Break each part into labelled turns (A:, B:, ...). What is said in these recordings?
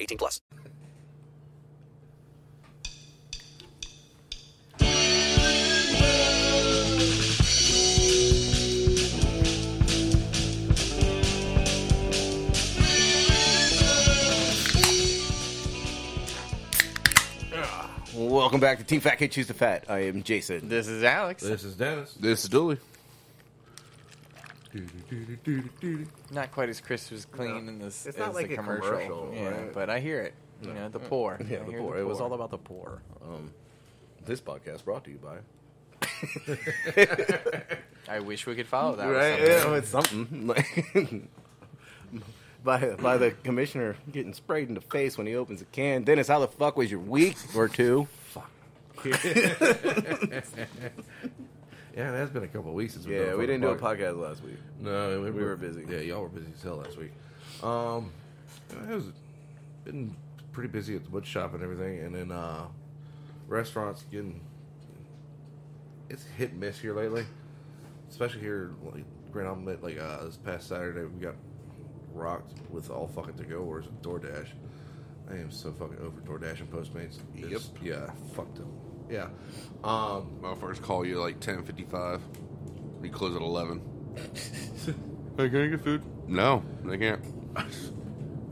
A: 18 plus.
B: Welcome back to Team Fat Kid Choose the Fat. I am Jason.
C: This is Alex.
D: This is Dennis.
E: This is Dooley.
C: not quite as crisp as clean in this
B: It's
C: as
B: not like
C: the
B: a
C: commercial,
B: commercial,
C: yeah,
B: right?
C: but I hear it. You know, the pour.
B: Yeah,
C: I
B: the
C: hear
B: pour. It was all
C: pour.
B: about the poor. Um, this podcast brought to you by.
C: I wish we could follow that. with
B: Right?
C: something.
B: Yeah, it's something. Like, by, by the commissioner getting sprayed in the face when he opens a can. Dennis, how the fuck was your week or two?
E: Yeah, it has been a couple of weeks since we've
B: Yeah,
E: done
B: we didn't do a
E: fucking
B: podcast last week.
E: No, we,
B: were busy.
E: Yeah, y'all were busy as hell last week. Um, it was been pretty busy at the wood shop and everything, and then uh, restaurants getting it's hit and miss here lately, especially here. Like, Grand Omelet, like uh, this past Saturday, we got rocked with all fucking to go orders and DoorDash. I am so fucking over DoorDash and Postmates. It's-
D: Yep.
E: Yeah, fuck them. Yeah. Um,
D: My first call you at like ten fifty five. You close at eleven.
E: hey, can I get food?
D: No, they can't.
E: I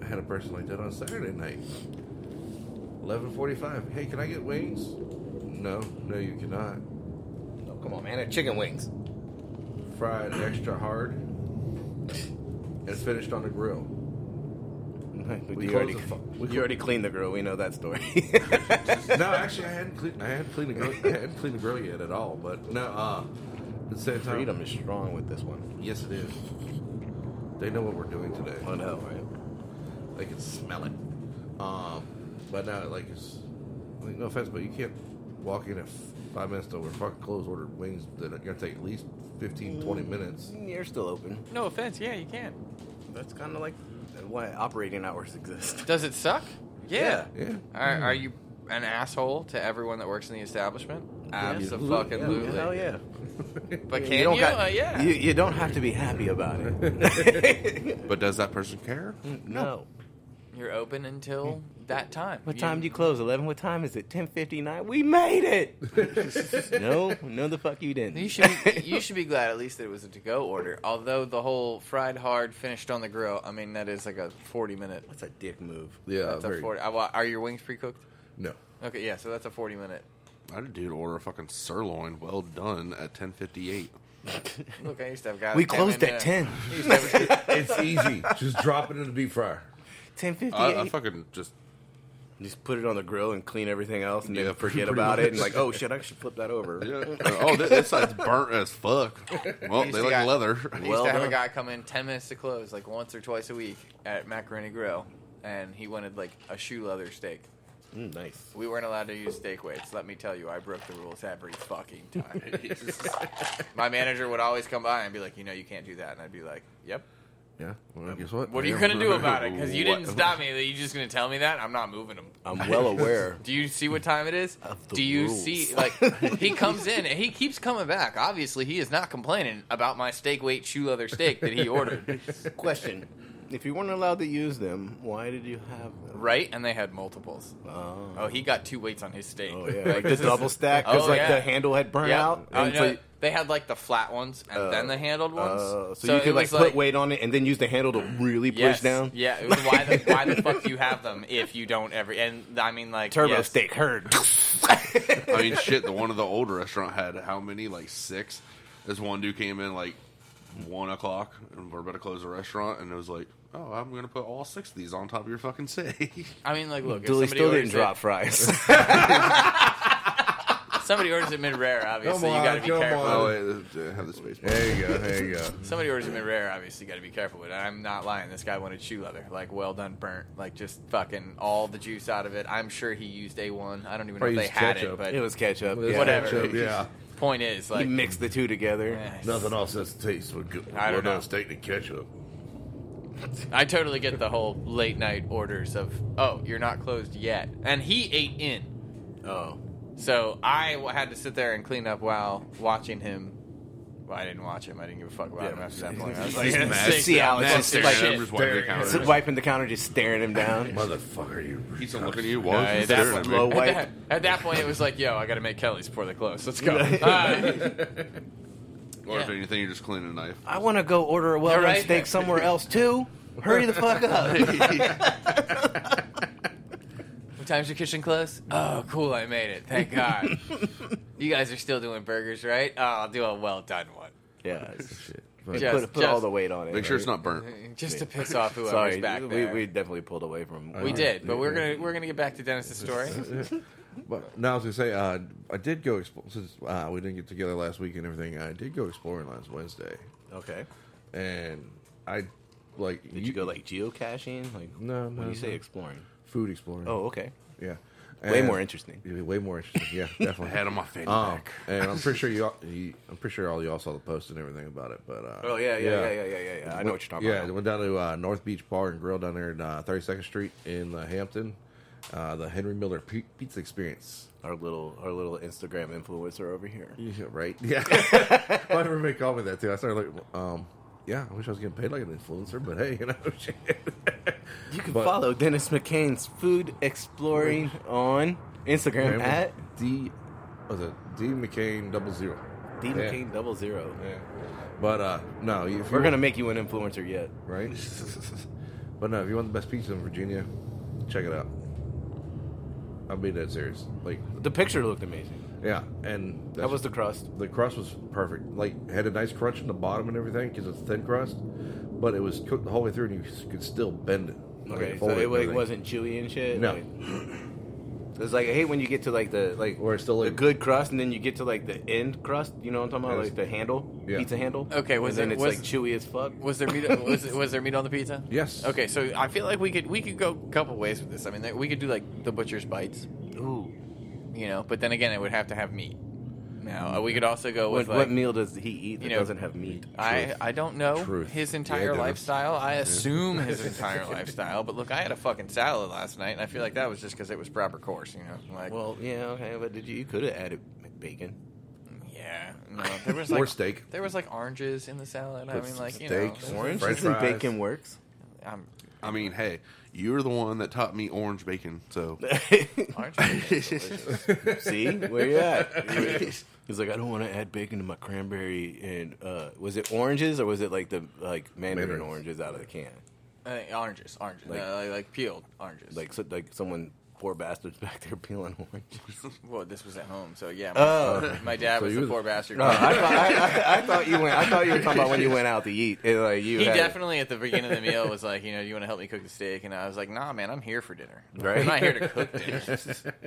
E: had a person like that on Saturday night. Eleven forty-five. Hey, can I get wings? No, no, you cannot.
B: No, come on, man. They're chicken wings.
E: Fried extra hard and finished on the grill.
B: We
E: We
B: you
E: closed
B: already,
E: the fu- we
B: you
E: clo-
B: already cleaned the grill. We know that story.
E: no, actually, I hadn't cleaned. I hadn't cleaned the grill. I hadn't cleaned the grill yet at all. But no, uh, at the same time,
B: Freedom is strong with this one.
E: Yes, it is. They know what we're doing today.
B: I know, right?
E: They can smell it. Um, but now, like, it's like, no offense, but you can't walk in at f- five minutes till we're fucking closed, order wings that are gonna take at least 15,
C: Mm.
E: 20 minutes.
B: You're still open.
C: No offense. Yeah, you can.
B: That's kind of like why operating hours exist.
C: Does it suck? Yeah.
E: Yeah.
C: Are, are you an asshole to everyone that works in the establishment?
B: Absolutely.
C: Absolutely.
B: Hell yeah.
C: But can you?
B: don't got-
C: Uh, yeah.
B: You, you don't have to be happy about it.
D: But does that person care?
E: Mm.
B: no.
C: You're open until that time.
B: What time do you close? Eleven. What time is it? Ten fifty nine. We made it. no, no, the fuck you didn't.
C: You should be, you should be glad at least that it was a to go order. Although the whole fried hard finished on the grill, I mean that is like a forty minute.
B: That's a dick move.
E: Yeah.
C: That's a
E: very,
C: forty. I wa- Are your wings pre cooked?
E: no.
C: Okay, yeah. So that's a forty minute.
D: I did dude order a fucking sirloin, well done, at ten fifty eight.
C: Look, I used to have guys.
B: We
C: that came
B: closed
C: in
B: at
C: and-
B: ten.
C: I used to have-
E: It's easy. Just drop it in the deep fryer.
B: Ten fifty
D: I, I
B: eight.
D: fucking just
B: Just put it on the grill and clean everything else, and
D: Yeah,
B: then forget
D: pretty
B: about it. And
D: much.
B: like, oh shit, I should flip that over.
D: yeah. Uh, oh, this, this side's burnt as fuck. Well,
C: He's
D: they like
C: got-
D: leather.
C: I used to have a guy come in ten minutes to close, like once or twice a week at Macaroni Grill, and he wanted like a shoe leather steak.
B: Mm, nice.
C: We weren't allowed to use steak weights. Let me tell you, I broke the rules every fucking time. My manager would always come by and be like, "You know, you can't do that," and I'd be like, "Yep."
E: Yeah. Well, guess what?
C: What are you
E: Yeah.
C: gonna do about it? Because you didn't
D: What?
C: stop me. Are you just gonna tell me that? I'm not moving him.
B: I'm well aware.
C: Do you see what time it is?
B: the
C: Do you
B: rules.
C: see like he comes in and he keeps coming back. Obviously, he is not complaining about my steak weight shoe leather steak that he ordered.
B: Question: If you weren't allowed to use them, why did you have them?
C: Right, and they had multiples. Oh, he got two weights on his steak.
B: Oh yeah, like the
C: this is-
B: double stack because
C: Oh,
B: like
C: yeah.
B: the handle had burned
C: Yeah.
B: out.
C: Oh,
B: and
C: no,
B: so,
C: they had like the flat ones and then the handled ones.
B: uh, so you
C: it
B: could like
C: was,
B: put weight on it and then use the handle to really push
C: yes,
B: down.
C: Yeah, it was why the why the fuck do you have them if you don't ever? And I mean like
B: Turbo
C: yes.
B: steak herd.
D: I mean, shit. The one of the old restaurant had how many? Like six. This one dude came in like one o'clock, and we're about to close the restaurant, and it was like, "Oh, I'm gonna put all six of these on top of your fucking steak."
C: I mean like look, if
B: Dooley
C: somebody
B: still didn't
C: orders
B: drop
C: it,
B: fries.
C: somebody orders it mid rare. Obviously,
E: Come
C: you got to
E: on,
C: be
E: come
C: careful.
E: on.
D: oh, wait, I have the space. bar.
E: There you go. There you go.
C: Somebody orders them in rare, obviously, got to be careful with it. I'm not lying. This guy wanted shoe leather. Like, well done, burnt. Like, just fucking all the juice out of it. I'm sure he used A1. I don't even know
E: Probably
C: if they
E: used
C: had
E: ketchup.
C: it, but
B: it was ketchup.
E: It was
B: yeah.
C: Whatever.
E: ketchup, yeah.
C: point is,
B: He
C: like,
B: mixed the two together.
E: Nothing else has taste with good.
C: I don't
E: well,
C: know.
E: steak and ketchup.
C: I totally get the whole late night orders of, oh, you're not closed yet. And he ate in.
B: Oh,
C: So I w- had to sit there and clean up while watching him. Well, I didn't watch him. I didn't give a fuck about him after that point. I was like,
D: Just mad.
C: sick.
B: See how it's
C: Mad
B: just
C: staring
B: like-
C: at him,
D: just wiping the
E: Staring.
D: counter.
B: Just wiping the counter, just staring him down.
E: Motherfucker, you.
D: He's looking at you.
C: Uh,
D: Why?
C: at,
D: is he
C: that
D: staring at
C: point,
D: me?
B: low
C: at,
B: white.
C: that, at that point, it was like, yo, I got to make Kelly's before they close. Let's go. Uh,
D: Or if
C: Yeah.
D: anything, you're just cleaning a knife.
B: I want to go order a well done
C: All right.
B: steak somewhere else too. Hurry the fuck up.
C: what time's your kitchen close? Oh, cool. I made it. Thank God. you guys are still doing burgers, right? Oh, I'll do a well done one.
B: yeah,
E: Put-
C: Just-
B: put, put
C: just-
B: all the weight on it.
D: Make sure it's
B: right?
D: not burnt.
C: Just to piss off whoever's
B: Sorry,
C: back
B: we,
C: there.
B: we definitely pulled away from.
C: We did, but we're gonna we're gonna get back to Dennis's story.
E: But now I was gonna say, uh, I did go explore since uh, we didn't get together last week and everything. I did go exploring last Wednesday,
B: Okay.
E: and I like
B: Did you, go like geocaching? Like
E: No,
B: When
E: no,
B: you say
E: no.
B: exploring.
E: food exploring.
B: Oh, okay.
E: yeah,
B: Way
E: And-
B: more interesting.
E: It'd be way more interesting. Yeah, definitely.
D: I had him on my fanny
E: Um,
D: pack.
E: and I'm pretty sure you, all, you, I'm pretty sure all y'all saw the post and everything about it. But uh,
B: Oh yeah, yeah, yeah, yeah, yeah, yeah. yeah, I know what you're talking
E: yeah, I
B: about.
E: went down to uh, North Beach Bar and Grill down there in uh, 32nd Street in uh, Hampton. Uh, the Henry Miller P- Pizza Experience.
B: Our little, our little Instagram influencer over here.
E: Yeah, right? Yeah. Why did everybody call me that too? I started like, um, yeah, I wish I was getting paid like an influencer, but hey, you know, shit.
B: You can
E: But-
B: follow Dennis McCain's food exploring on Instagram at
E: D, was it D McCain double zero?
B: D
E: Yeah.
B: McCain double zero.
E: Yeah. But uh, no, if
B: We're
E: you-
B: gonna make you an influencer yet.
E: right? but no, if you want the best pizza in Virginia, check it out. I'm being dead serious. Like,
B: The picture looked amazing.
E: yeah, and that's
B: That was the crust.
E: the crust was perfect. Like, had a nice crunch in the bottom and everything because it's thin crust, but it was cooked the whole way through, and you s- could still bend it. like,
B: Okay, so
E: fold
B: it,
E: and
B: like,
E: everything.
B: wasn't chewy and shit.
E: No.
B: Like, it's like I hate when you get to like the like
E: Or it's still,
B: the
E: like-
B: good crust, and then you get to like the end crust. You know what I'm talking about?
E: Yes.
B: Like the handle,
E: Yeah.
B: pizza handle.
C: Okay, was
B: and then it's
C: it- was-
B: like chewy as fuck.
C: Was there meat? was, was there meat on the pizza?
E: Yes.
C: Okay, so I feel like we could we could go a couple ways with this. I mean, we could do like the butcher's bites,
B: Ooh.
C: you know. But then again, it would have to have meat. Now uh, we could also go
B: What,
C: with like,
B: what meal does he eat that
C: you know,
B: doesn't have meat?
C: I I don't know
E: Truth.
C: his
E: Yeah,
C: entire
E: Dennis.
C: lifestyle. I assume his entire lifestyle. But look, I had a fucking salad last night, and I feel like that was just because it was proper course, you know. Like,
B: Well, yeah, okay, but did you, you could have added bacon.
C: yeah, no, there was
E: Or
C: like
E: steak.
C: There was like oranges in the salad. I mean, like you
B: Oh,
E: steak,
C: know,
B: Orange
E: orange. French
B: and
E: fries.
B: bacon works.
C: I'm,
D: I mean, hey, you're the one that taught me orange bacon, so
C: orange. delicious.
B: See where you at? He's like, I don't want to add bacon to my cranberry and uh, was it oranges or was it like the like mandarin
E: Mandarins.
B: oranges out of the can?
C: I think Uh, oranges, oranges,
B: Like-
C: like, like, like peeled oranges.
B: Like so, like someone poor bastards back there peeling oranges.
C: well, this was at home, so yeah. My,
B: Oh.
C: my dad
E: So
C: was
E: you
C: the
E: was- Oh.
C: poor bastard.
B: No, I, thought, I, I, I thought you went. I thought you were talking about when you went out to eat. And, like you
C: he
B: had-
C: definitely at the beginning of the meal was like, you know, you want to help me cook the steak, and I was like, nah, man, I'm here for dinner.
B: Right.
C: I'm not here to cook dinner.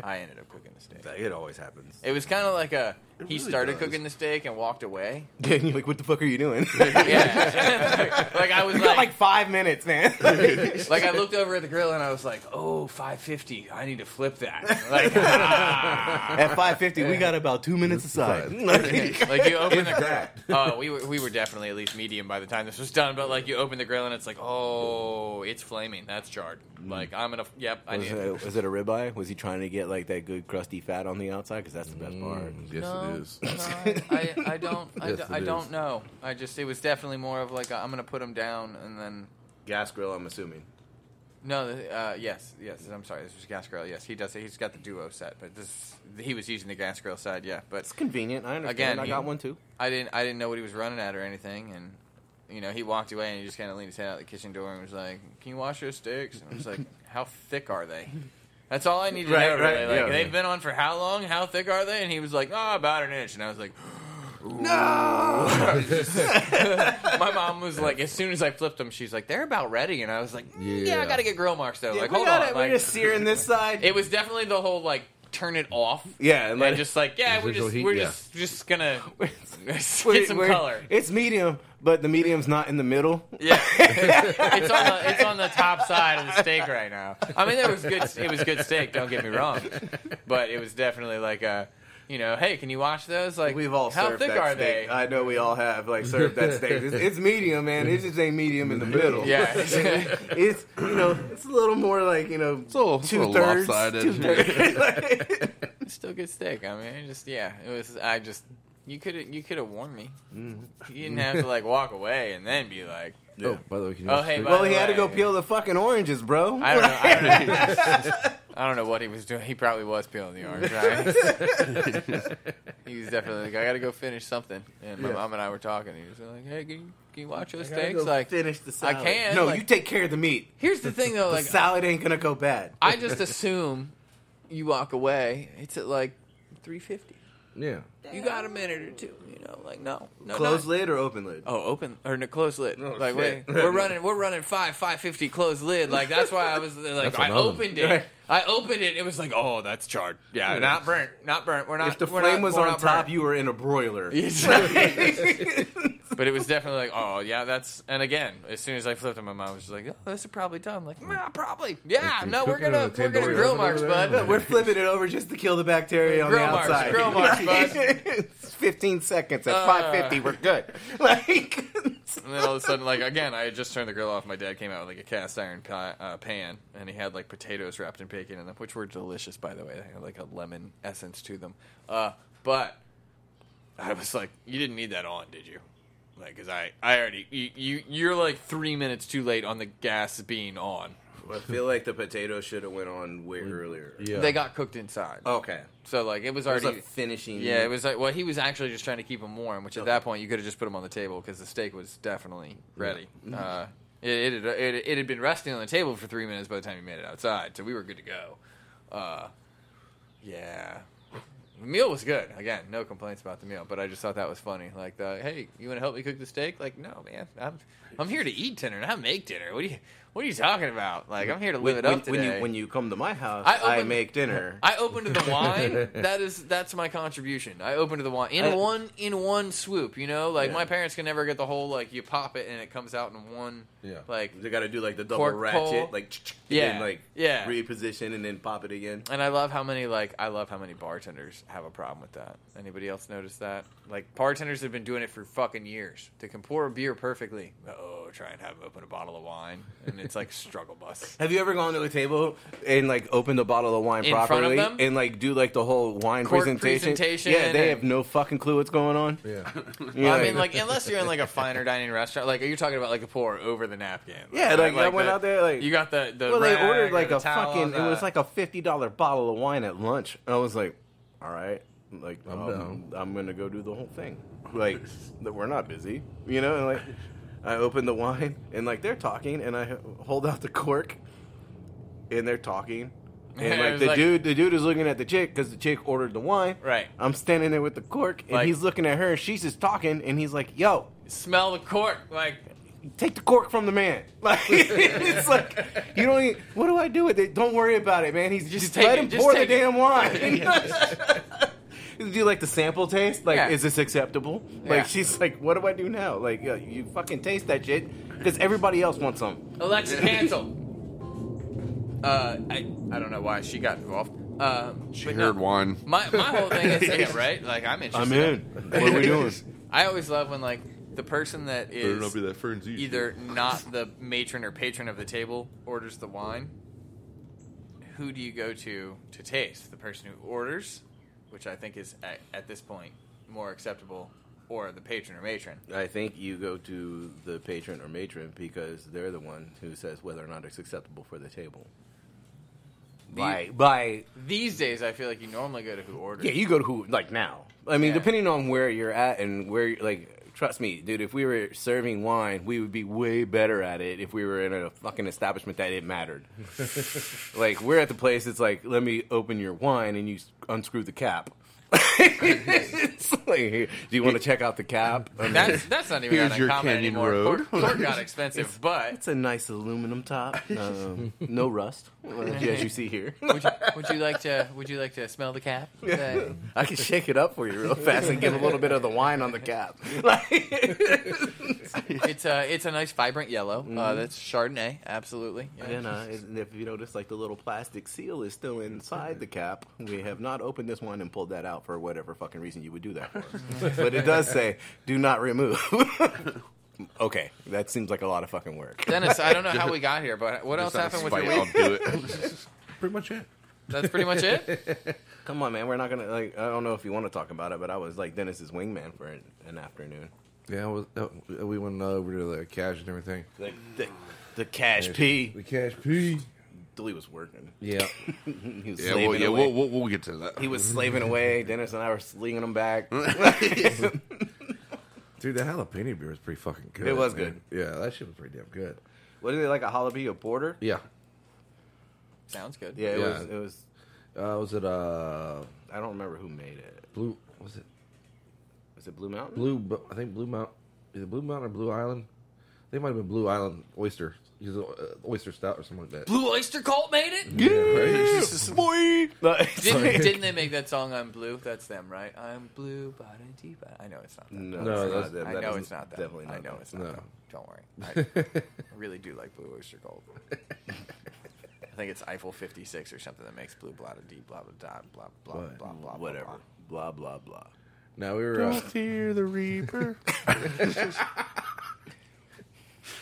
C: I ended up cooking the steak.
B: It always happens.
C: It was kind of like a he
D: really
C: started
D: does.
C: cooking the steak and walked away.
B: And you're like, what the fuck are you doing? you
C: Yeah, like I was
B: got
C: like,
B: like five minutes, man.
C: like I looked over at the grill and I was like, oh, 550. I need to flip that. Like, ah.
B: At five fifty, we got about two minutes aside.
C: like you open the grill. Oh, we were we were definitely at least medium by the time this was done. But like you open the grill and it's like, oh, it's flaming. That's charred. Like I'm gonna. Yep, I
B: Mm. Was
C: need.
B: it, was it a ribeye? Was he trying to get like that good crusty fat on the outside? Because that's the best part.
E: Yes,
C: No,
E: it is.
C: no, Uh, I, I, I don't. I,
E: Yes,
C: d-
E: it
C: I
E: is.
C: don't know. I just it was definitely more of like i am I'm gonna put them down and then
B: Gas grill, I'm assuming.
C: No, uh, yes, yes. I'm sorry. This was Gas Grill. Yes, he does. it. He's got the duo set, but this he was using the Gas Grill side. Yeah, but
B: It's convenient. I understand.
C: Again,
B: I
C: he-
B: got one too.
C: I didn't I didn't know what he was running at or anything, and you know he walked away and he just kind of leaned his head out the kitchen door and was like, "Can you wash those sticks?" And I was like, "How thick are they?" That's all I need to
B: Right,
C: know.
B: right,
C: Really. Like
B: yeah.
C: they've been on for how long? How thick are they? And he was like, "Oh, about an inch." And I was like. No, my mom was like, as soon as I flipped them, she's like, "They're about ready," and I was like, "Mm, "Yeah, I
E: Yeah.
C: gotta get grill marks though." like,
B: we
C: hold
B: got
C: on,
B: it.
C: like,
B: we're just searing this side.
C: it was definitely the whole like turn it off.
B: Yeah,
C: and
B: let
C: then
B: it-
C: just like yeah, we're
E: Residual
C: just
E: heat,
C: we're
E: yeah.
C: just just gonna get
B: We're-
C: some
B: we're-
C: color.
B: It's medium, but the medium's not in the middle.
C: Yeah, it's on the it's on the top side of the steak right now. I mean, it was good. It was good steak. Don't get me wrong, but it was definitely like a. You know, hey, can you wash those? Like,
B: We've all
C: how
B: served
C: thick
B: that
C: are
B: steak.
C: they?
B: I know we all have like served that steak. It's, it's medium, man. It just ain't medium in the middle.
C: yeah,
B: it's you know it's a little more like you know
D: a little- it's a
B: two
D: little
B: thirds.
D: lopsided.
B: Two thirds.
C: It's still good steak. I mean, it just yeah, it was. I just you could you could have warned me. You didn't have to like walk away and then be like,
E: Oh, by the way, can you
C: Oh,
E: watch
C: hey,
E: the-
C: by
B: well,
C: the
B: he had to go
C: way.
B: peel the fucking oranges, bro.
C: I don't know. I don't know. I don't know what he was doing. He probably was peeling the orange. right? he was definitely like, I got to go finish something. And my
B: Yeah.
C: mom and I were talking. He was like, Hey, can you, can you watch those
B: I gotta
C: steaks?
B: go
C: Like,
B: finish the
C: I
B: salad.
C: can,
B: No,
C: like-
B: you take care of the meat.
C: here's the thing though.
B: The
C: Like,
B: salad ain't gonna go bad.
C: I just assume you walk away. It's at like three fifty.
E: Yeah.
C: You got a minute or two. You know, like no, no,
B: Closed
C: no.
B: lid or open lid?
C: Oh, open or no, closed lid.
E: Oh,
C: like wait,
E: shit.
C: we're running, we're running five five fifty closed lid. Like that's why I was like,
E: That's
C: I
E: another.
C: opened it. I opened it. It was like, oh, that's charred. Yeah, not burnt, not burnt. We're not.
B: if the
C: we're
B: flame
C: not-
B: was
C: we're
B: on
C: not
B: top,
C: burnt.
B: you were in a broiler.
C: but it was definitely like, oh yeah, that's. And again, as soon as I flipped him, my mom was just like, oh, this is probably done. Like, nah, probably. Yeah,
E: If you
C: no, we're
E: cook it on
C: gonna
E: a
C: we're gonna
E: tandoori
C: grill
E: oven
C: marks,
E: over
C: bud.
E: there.
B: We're flipping it over just to kill the bacteria on
C: Grill
B: the
C: marks,
B: outside.
C: grill marks, Uh.
B: Right? Fifteen seconds at five fifty, we're good. Like,
C: And then all of a sudden, like again, I had just turned the grill off. My dad came out with like a cast iron pa- uh, pan, and he had like potatoes wrapped in bacon in them, which were delicious, by the way. They had like a lemon essence to them. Uh, but I was like, "You didn't need that on, did you?" Like, cause I, I already, you, you, you're like three minutes too late on the gas being on.
B: I feel like the potato should have went on way earlier.
E: Yeah.
C: They got cooked inside,
B: Okay,
C: so like it was
B: there's
C: already
B: Oh. a finishing.
C: Yeah, it was like well, he was actually just trying to keep them warm, which at that point you could have just put them on the table because the steak was definitely ready.
B: Mm-hmm.
C: Uh, it, it, had, it, it had been resting on the table for three minutes by the time you made it outside, so we were good to go. Uh, yeah, the meal was good. Again, no complaints about the meal, but I just thought that was funny. Like, the, hey, you want to help me cook the steak? Like, no, man, I'm I'm here to eat dinner, not make dinner. What are you What are you talking about? Like, I'm here to live
B: When,
C: it up
B: when- when
C: today.
B: you when you come to my house,
C: I
B: I,
C: opened-
B: make dinner.
C: I opened the wine. That is that's my contribution. I opened the wine in
B: I-
C: one in one swoop. You know, like my parents can never get the whole like you pop it and it comes out in one.
E: Yeah.
C: Like
B: they got to do like the double
C: Cork
B: ratchet,
C: pole.
B: like ch- ch-
C: Yeah,
B: and then, like
C: yeah.
B: reposition and then pop it again.
C: and I love how many like I love how many bartenders have a problem with that. Anybody else notice that? Like bartenders have been doing it for fucking years. They can pour a beer perfectly. Oh, try and have them open a bottle of wine, and it's like struggle bus.
B: Have you ever gone to a table and like opened a bottle of wine
C: In front of
B: properly
C: them?
B: and like do like the whole wine
C: Cork
B: presentation?
C: presentation
B: Yeah, they
C: and-
B: have no fucking clue what's going on.
E: Yeah.
B: Yeah,
C: I mean, like unless you're in like a finer dining restaurant, like are you talking about like a pour over the napkin?
B: Yeah, like, I went
C: the-
B: out there, like-
C: you got the the.
B: well, they
C: rag
B: ordered
C: or
B: like
C: the uh,
B: a
C: towel,
B: fucking. It
C: the-
B: was like a fifty dollar bottle of wine at lunch, and I was like, all right, like I'm,
E: I'm down.
B: I'm gonna go do the whole thing. Like that we're not busy, you know. And like I open the wine, and like they're talking, and I hold out the cork, and they're talking. And
C: It
B: like
C: was
B: the
C: like-
B: dude, the dude is looking at the chick because the chick ordered the wine.
C: Right.
B: I'm standing there with the cork, and
C: Like-
B: he's looking at her, and she's just talking, and he's like, "Yo,
C: smell the cork. Like
B: take the cork from the man. Like it's like you don't. Even, what do I do with it? Don't worry about it, man. He's just,
C: take
B: let
C: it,
B: him
C: just
B: pour the
C: take it.
B: damn wine. do you like the sample taste? Like,
C: Yeah.
B: is this acceptable?
C: Yeah.
B: Like she's like, what do I do now? Like yeah, you fucking taste that shit because everybody else wants some.
C: Alexa, cancel. uh, I I don't know why she got involved. Uh,
D: She
C: but
D: heard
C: no,
D: wine.
C: My my whole thing is yeah, right. Like I'm
B: I'm
C: interested.
B: in. What are we doing?
C: I always love when like the person that
E: Better
C: is
E: not be that friend's easy.
C: either not the matron or patron of the table orders the wine. Who do you go to to taste? The person who orders, which I think is at, at this point more acceptable or the patron or matron.
B: I think you go to the patron or matron because they're the one who says whether or not it's acceptable for the table. By by,
C: These days, I feel like you normally go to who orders.
B: yeah, you go to who like now. I mean,
C: Yeah.
B: depending on where you're at and where you're, like, trust me, dude. If we were serving wine, we would be way better at it if we were in a fucking establishment that it mattered. like we're at the place. It's like let me open your wine and you s- unscrew the cap. it's like, here, do you want to check out the cap? I mean,
C: That's that's not even
D: Here's
C: that
D: your
C: uncommon
D: Canyon
C: anymore.
D: Road.
C: Pork, pork got expensive, but
B: It's a nice aluminum top. Um, no rust, uh, as you see here.
C: would you, would you like to would you like to smell the cap? Uh,
B: I can shake it up for you real fast and get a little bit of the wine on the cap.
C: it's a it's a nice vibrant yellow. Uh,
E: Mm-hmm.
C: that's Chardonnay, absolutely. Yeah.
B: and, uh, and if you notice, like the little plastic seal is still inside the cap. We have not opened this one and pulled that out for whatever fucking reason you would do that for. but it does say, "Do not remove." okay, that seems like a lot of fucking work.
C: Dennis, I don't know how we got here, but what else
D: Just out of
C: happened with your
D: spite,
C: week?
D: I'll do it.
E: Pretty much it.
C: That's pretty much it.
B: Come on, man. We're not gonna like. I don't know if you want to talk about it, but I was like Dennis's wingman for an, an afternoon.
E: Yeah, well, uh, we went over to the cash and everything.
B: The, the, the cash P.
E: The cash P.
B: Dilly was working.
E: Yeah.
B: He was
D: yeah,
B: slaving
D: well, yeah,
B: away.
D: we'll, we'll, we'll get to that.
B: he was slaving away. Dennis and I were slinging him back.
E: Dude, that jalapeno beer was pretty fucking good.
B: It was
E: good. Yeah, that shit was pretty damn good.
B: What is it like a jalapeno porter?
E: Yeah.
C: Sounds good.
B: Yeah, it
E: Yeah.
B: was. It was.
E: Uh, was it uh
B: I don't remember who made it.
E: blue? Was it
B: Was it Blue Mountain?
E: blue? Bu- I think Blue Mount. Is it Blue Mountain or Blue Island? I think it might have been Blue Island oyster. Because uh, oyster stout or something like that.
C: Blue Oyster Cult made it.
B: boy.
C: Didn't, didn't they make that song "I'm Blue"? That's them, right? I'm blue, but but I know it's not. Them.
B: no,
E: No,
B: it's
E: that's-
B: not them.
C: I
B: That
C: know
B: is
C: it's not them.
B: Definitely not.
C: I know
B: them.
C: it's not
E: No.
C: them. Don't worry. I, I really do like Blue Oyster Cult. I think it's Eiffel 56 or something that makes blue blah blah dee, blah blah dot, blah blah blah
E: What?
C: blah blah
B: Whatever. Blah blah blah.
E: Now we were. Uh,
D: Fear the Reaper.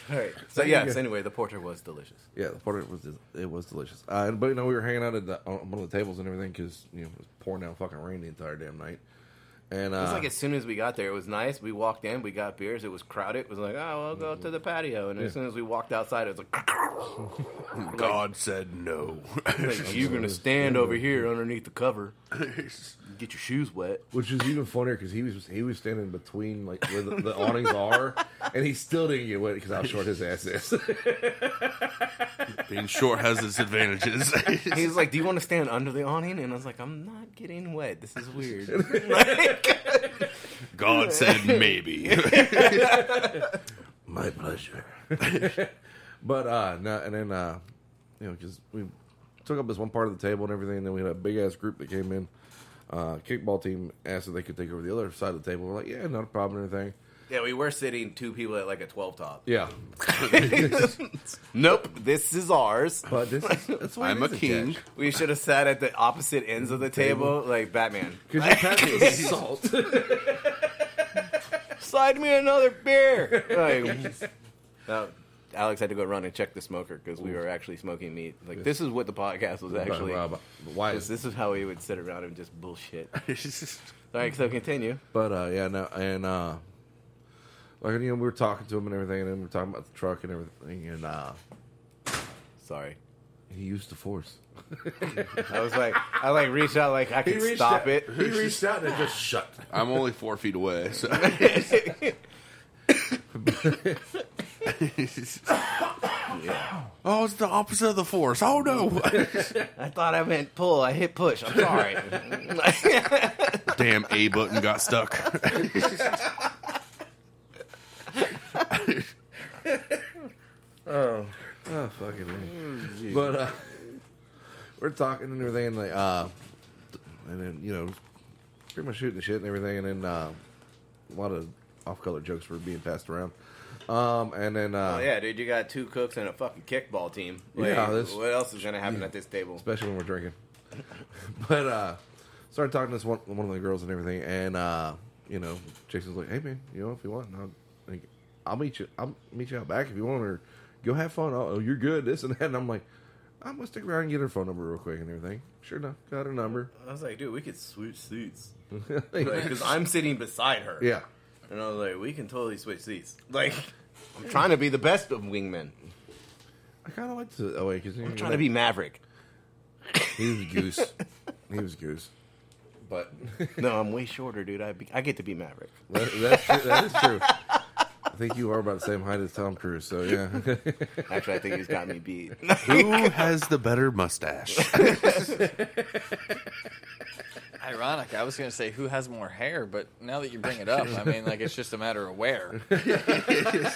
B: All right. So yes. Anyway, the porter was delicious.
E: yeah, the porter was it was delicious. Uh, but you know we were hanging out at the, on one of the tables and everything because you know it was pouring down fucking rain the entire damn night. And uh,
B: It's like as soon as we got there, it was nice. We walked in, we got beers. It was crowded. It was like, oh, we'll go to the patio. And as soon as we walked outside, it was like,
D: God said no.
B: like you're gonna stand over here underneath the cover, get your shoes wet.
E: Which is even funnier because he was he was standing between like where the, the awnings are, and he still didn't get wet because how short his ass is.
D: Being short has its advantages.
B: He was like, "Do you want to stand under the awning?" And I was like, "I'm not getting wet. This is weird."
D: God said maybe.
E: My pleasure. but uh, no, and then uh, you know, because we took up this one part of the table and everything, and then we had a big ass group that came in. Uh, kickball team asked if they could take over the other side of the table. We're like, yeah, not a problem or anything.
B: yeah, we were sitting two people at like a twelve top.
E: Yeah,
B: Nope, this is ours.
E: but this is, that's why it
D: I'm a
E: is
D: king.
B: We should have sat at the opposite ends of the table, like Batman.
E: Because you pass it with salt.
B: Slide me another beer. Like, uh, Alex had to go run and check the smoker because we were actually smoking meat. Like this is what the podcast was actually.
E: But, uh, but why
B: This
E: is
B: this is how we would sit around and just bullshit. All right, so continue.
E: But uh, yeah, no, and uh, like you know, we were talking to him and everything, and then we were talking about the truck and everything, and uh,
B: Sorry.
E: he used the force.
B: I was like, I like reached out, like I could stop it.
E: He reached out and it just shut.
D: I'm only four feet away, so Oh, it's the opposite of the force. Oh no.
B: I thought I meant pull. I hit push. I'm sorry.
D: Damn A button got stuck.
E: Oh fucking man. but uh, we're talking and everything, and like uh, and then you know, pretty much shooting the shit and everything, and then uh, a lot of off-color jokes were being passed around. Um, and then uh,
B: oh, yeah, dude, you got two cooks and a fucking kickball team. Like,
E: Yeah, this-
B: what else is gonna happen at this table?
E: especially when we're drinking. but uh started talking to this one, one of the girls and everything, and uh, you know, Jason's like, "Hey man, you know, if you want, I'll, like, I'll meet you. I'll meet you out back if you want, or go have fun. Oh, you're good, this and that." And I'm like, "I'm gonna stick around and get her phone number real quick and everything." Sure enough, got her number.
B: I was like, dude, we could switch seats because I'm sitting beside her.
E: Yeah,
B: And I was like, we can totally switch seats. Like, I'm trying to be the best of wingmen.
E: I kind of like to. Oh wait, because
B: I'm trying to be Maverick.
E: He was goose. he was goose. But
B: No, I'm way shorter, dude. I, be, I get to be Maverick.
E: that, that's true. that is true. I think you are about the same height as Tom Cruise. So yeah.
B: Actually, I think he's got me beat.
D: Who has the better mustache?
C: Ironic. I was going to say who has more hair, but now that you bring it up, I mean, like it's just a matter of where.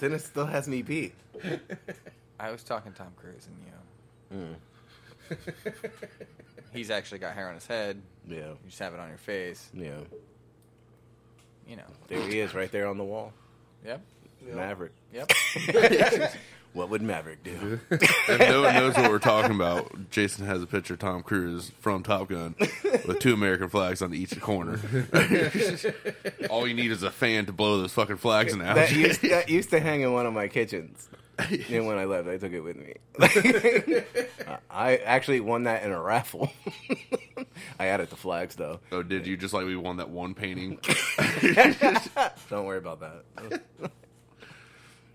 B: Dennis still has me beat.
C: I was talking Tom Cruise and you. Hmm. He's actually got hair on his head.
B: Yeah.
C: You just have it on your face.
B: Yeah.
C: You know.
B: There he is, right there on the wall.
C: Yep.
B: Maverick.
C: Yep.
B: What would Maverick do?
D: if no one knows what we're talking about, Jason has a picture of Tom Cruise from Top Gun with two American flags on each corner. All you need is a fan to blow those fucking flags now.
B: that, used, that used to hang in one of my kitchens. And when I left, I took it with me. I actually won that in a raffle. I added the flags, though.
D: oh, did you just like we won that one painting?
B: Don't worry about that.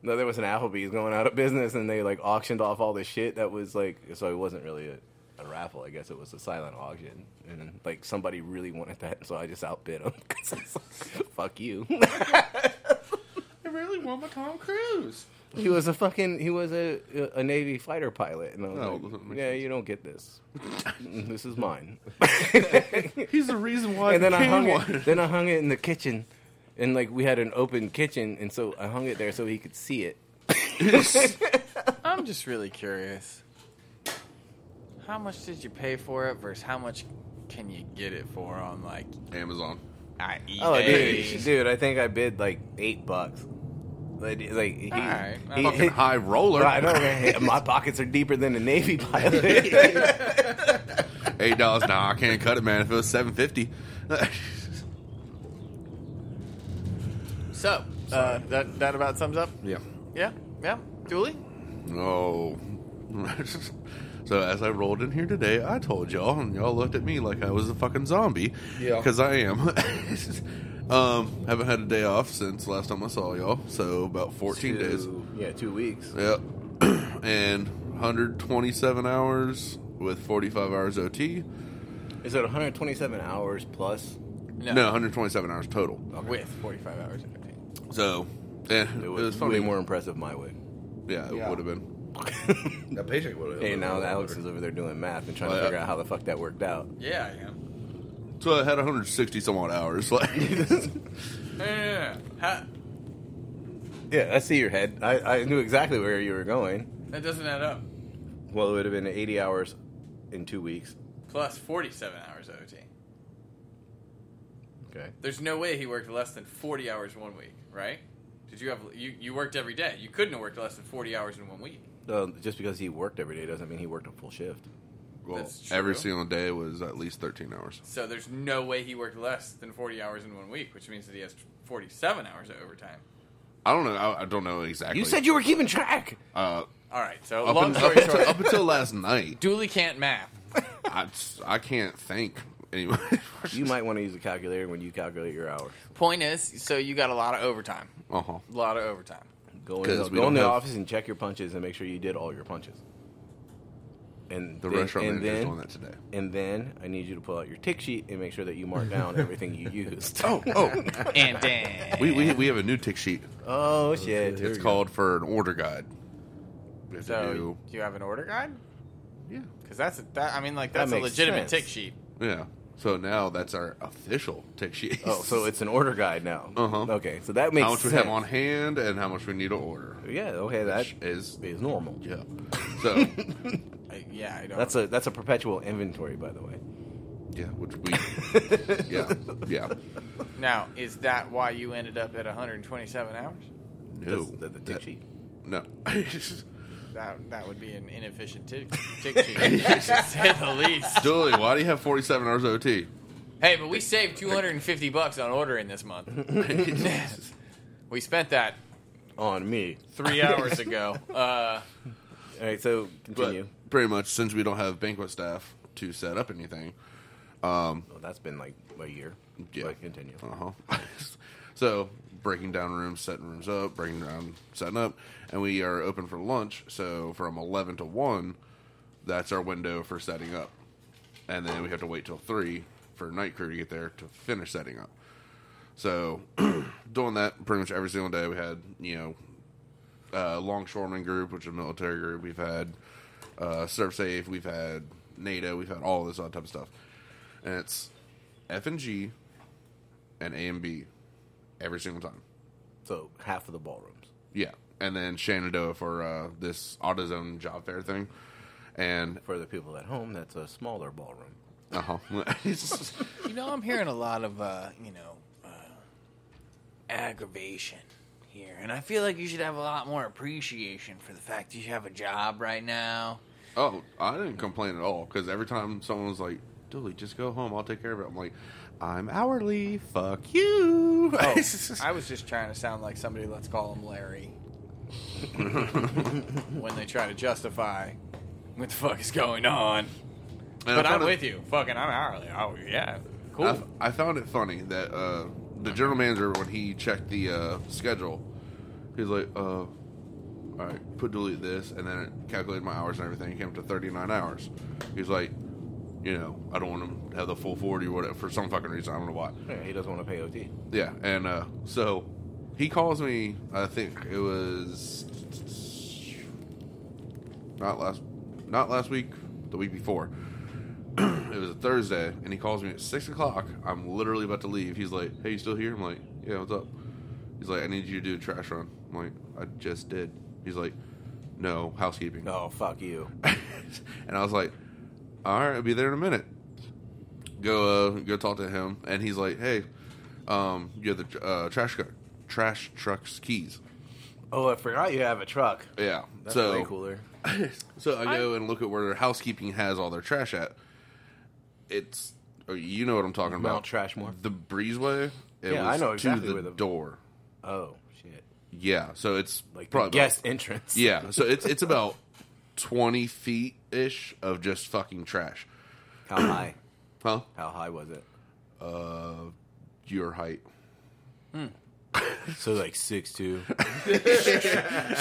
B: no, there was an Applebee's going out of business, and they like auctioned off all the shit that was like. So it wasn't really a, a raffle. I guess it was a silent auction, and like somebody really wanted that, so I just outbid them. fuck you.
D: I really want my Tom Cruise.
B: he was a fucking. He was a a Navy fighter pilot, and I was
D: Oh,
B: like, yeah, you don't get this. this is mine.
D: He's the reason why.
B: and then I
D: became
B: hung
D: one.
B: it. Then I hung it in the kitchen, and like we had an open kitchen, and so I hung it there so he could see it.
C: I'm just really curious. How much did you pay for it versus how much can you get it for on like
D: Amazon.
C: I E eBay?
B: Oh, dude, dude, I think I bid like eight bucks. Like, like he,
C: right.
B: he- he-
C: Fucking
D: Fucking high roller.
B: I know, man. My pockets are deeper than a Navy pilot.
D: Eight dollars. Nah, I can't cut it, man. If it was seven fifty,
C: So uh, that that about sums up.
E: yeah.
C: Yeah, yeah. Julie,
D: no. so as I rolled in here today, I told y'all, and y'all looked at me like I was a fucking zombie.
E: Yeah.
D: because I am. um, haven't had a day off since last time I saw y'all. So about fourteen days.
B: Two- yeah, two weeks.
D: Yep. and 127 hours with 45 hours OT.
B: Is it 127 hours plus?
D: No, 127 hours total.
C: with 45 hours. of fifteen.
D: So, yeah, it was,
B: It was,
D: funny.
B: way more impressive my way.
D: Yeah, it
E: Yeah.
D: would have been.
E: That paycheck would have.
B: Hey, now Alex is over there doing math and trying
D: Oh,
B: to
D: yeah.
B: figure out how the fuck that worked out.
C: Yeah, I am.
D: So I had 160 some odd hours. Like,
C: Yeah. Ha-
B: Yeah, I see your head. I, I knew exactly where you were going.
C: that doesn't add up.
B: Well, it would have been 80 hours in two weeks.
C: Plus 47 hours OT.
B: Okay.
C: There's no way he worked less than 40 hours one week, right? Did you have you, you worked every day? You couldn't have worked less than 40 hours in one week.
B: Uh, just because he worked every day doesn't mean he worked a full shift.
D: well,
C: That's true.
D: every single day was at least 13 hours.
C: So there's no way he worked less than 40 hours in one week, which means that he has 47 hours of overtime.
D: I don't know. I, I don't know exactly.
B: You said you were keeping track.
D: uh,
C: All right. So
D: up,
C: long
D: un-
C: story
D: up until,
C: short,
D: up until last night.
C: Dooley can't math.
D: I, I can't think anyway.
B: You might want to use a calculator when you calculate your hours.
C: Point is, so you got a lot of overtime.
D: uh huh.
C: A lot of overtime.
B: Go in,
D: 'Cause
B: the,
D: we
B: go in
D: don't
B: the
D: have-
B: office and check your punches and make sure you did all your punches. And
D: The
B: then,
D: restaurant
B: and
D: manager's
B: then,
D: doing that today.
B: And then I need you to pull out your tick sheet and make sure that you mark down everything you used.
D: Oh, oh.
C: And then
D: we, we, we have a new tick sheet.
B: oh shit!
D: It's called for an order guide. We have to
C: So
D: do-
C: do you have an order guide?
D: yeah,
C: Because that's a, that. I mean, like
B: That
C: that's a
B: makes
C: legitimate
B: sense.
C: tick sheet.
D: yeah. So now that's our official tick sheet.
B: Oh, so it's an order guide now.
D: Uh-huh.
B: Okay, so that makes
D: how much we
B: sense.
D: have on hand and how much we need to order.
B: Yeah. Okay, that
D: Which is
B: is normal.
D: yeah. So
C: I- yeah, I don't.
B: That's a that's a perpetual inventory, by the way.
D: yeah, which we yeah yeah
C: now is that why you ended up at 127 hours?
D: no
B: That's the, the tick
D: That-
B: sheet.
D: no.
C: That that would be an inefficient tick, tick sheet, to say the least.
D: Julie, why do you have forty-seven hours OT?
C: Hey, but we saved 250 bucks on ordering this month. we spent that
B: On me.
C: three hours ago. Uh,
B: All right, so
D: But
B: continue.
D: pretty much since we don't have banquet staff to set up anything,
B: oh, that's been like a year.
D: Yeah.
B: But continue.
D: Uh huh. so breaking down rooms, setting rooms up, breaking down, setting up, and we are open for lunch. So from eleven to one, that's our window for setting up, and then we have to wait till three for night crew to get there to finish setting up. So doing that pretty much every single day. We had you know uh, longshoreman group, which is a military group. We've had uh, Surf Safe. We've had NATO. We've had all this other type of stuff, and it's F and G and A and B every single time.
B: So half of the ballrooms.
D: Yeah, and then Shenandoah for uh, this AutoZone job fair thing, and
B: For the people at home, that's a smaller ballroom.
D: uh huh.
C: You know, I'm hearing a lot of, uh, you know, uh, aggravation here. And I feel like you should have a lot more appreciation for the fact that you have a job right now.
D: oh, I didn't complain at all because every time someone was like, "Dooley, just go home. I'll take care of it." I'm like, "I'm hourly. Fuck you."
C: Oh, I was just trying to sound like somebody, let's call him Larry. when they try to justify what the fuck is going on.
D: And
C: but
D: I
C: I'm
D: found it-
C: with you. Fucking, I'm hourly. Oh, yeah. Cool.
D: I, I found it funny that uh, the general manager, when he checked the uh, schedule, he was like, uh, all right, put delete this, and then it calculated my hours and everything. It came up to 39 hours. He's like, you know, I don't want him to have the full 40 or whatever for some fucking reason. I don't know why.
B: Yeah, he doesn't want to pay OT.
D: Yeah, and uh, so he calls me. I think it was not last, not last week, the week before. it was a Thursday, and he calls me at six o'clock. I'm literally about to leave. He's like, "Hey, you still here?" I'm like, "Yeah, what's up?" He's like, "I need you to do a trash run." I'm like, "I just did." He's like, "No, housekeeping."
B: Oh, fuck you.
D: and I was like, "All right, I'll be there in a minute." Go, uh, go talk to him, and he's like, "Hey, um, you have the uh, trash truck, trash truck's keys."
B: Oh, I forgot you have a truck.
D: Yeah,
B: That's
D: so
B: way cooler.
D: so I go and look at where their housekeeping has all their trash at. It's oh, you know what I'm talking
B: Mount
D: about.
B: Trashmore.
D: the breezeway. It
B: Yeah, I know exactly
D: to the
B: where the-
D: door.
B: Oh, shit.
D: Yeah, so it's
B: Like the
D: probably about-
B: guest entrance.
D: Yeah, so it's it's about twenty feet ish of just fucking trash,
B: How high?
D: huh?
B: How high was it?
D: Your height.
B: So like six two.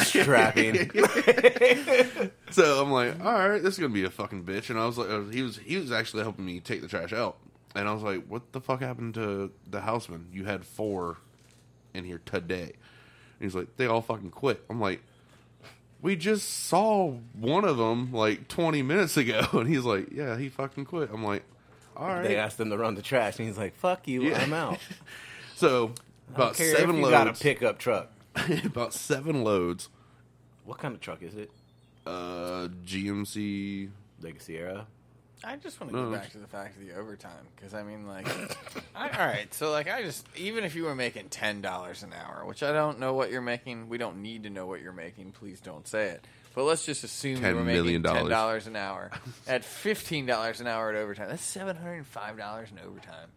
B: Strapping.
D: So I'm like, all right, this is gonna be a fucking bitch. And I was like, uh, he was he was actually helping me take the trash out. And I was like, what the fuck happened to the houseman? You had four in here today. And he's like, they all fucking quit. I'm like, we just saw one of them like 20 minutes ago, and he's like, yeah, he fucking quit. I'm like, all right.
B: They asked him to run the trash, and he's like, "Fuck you,
D: Yeah.
B: I'm out."
D: so about
B: Care if
D: seven
B: you got a
D: loads.
B: pickup truck.
D: about seven loads.
B: What kind of truck is it?
D: Uh, GMC.
B: Like a Sierra.
C: I just want to go back to the fact of the overtime because I mean, like, I, all right, so like, I just even if you were making ten dollars an hour, which I don't know what you're making, we don't need to know what you're making. Please don't say it. But let's just assume you
D: $10
C: were making
D: million
C: ten dollars an hour at fifteen dollars an hour at overtime. That's seven hundred and five dollars in overtime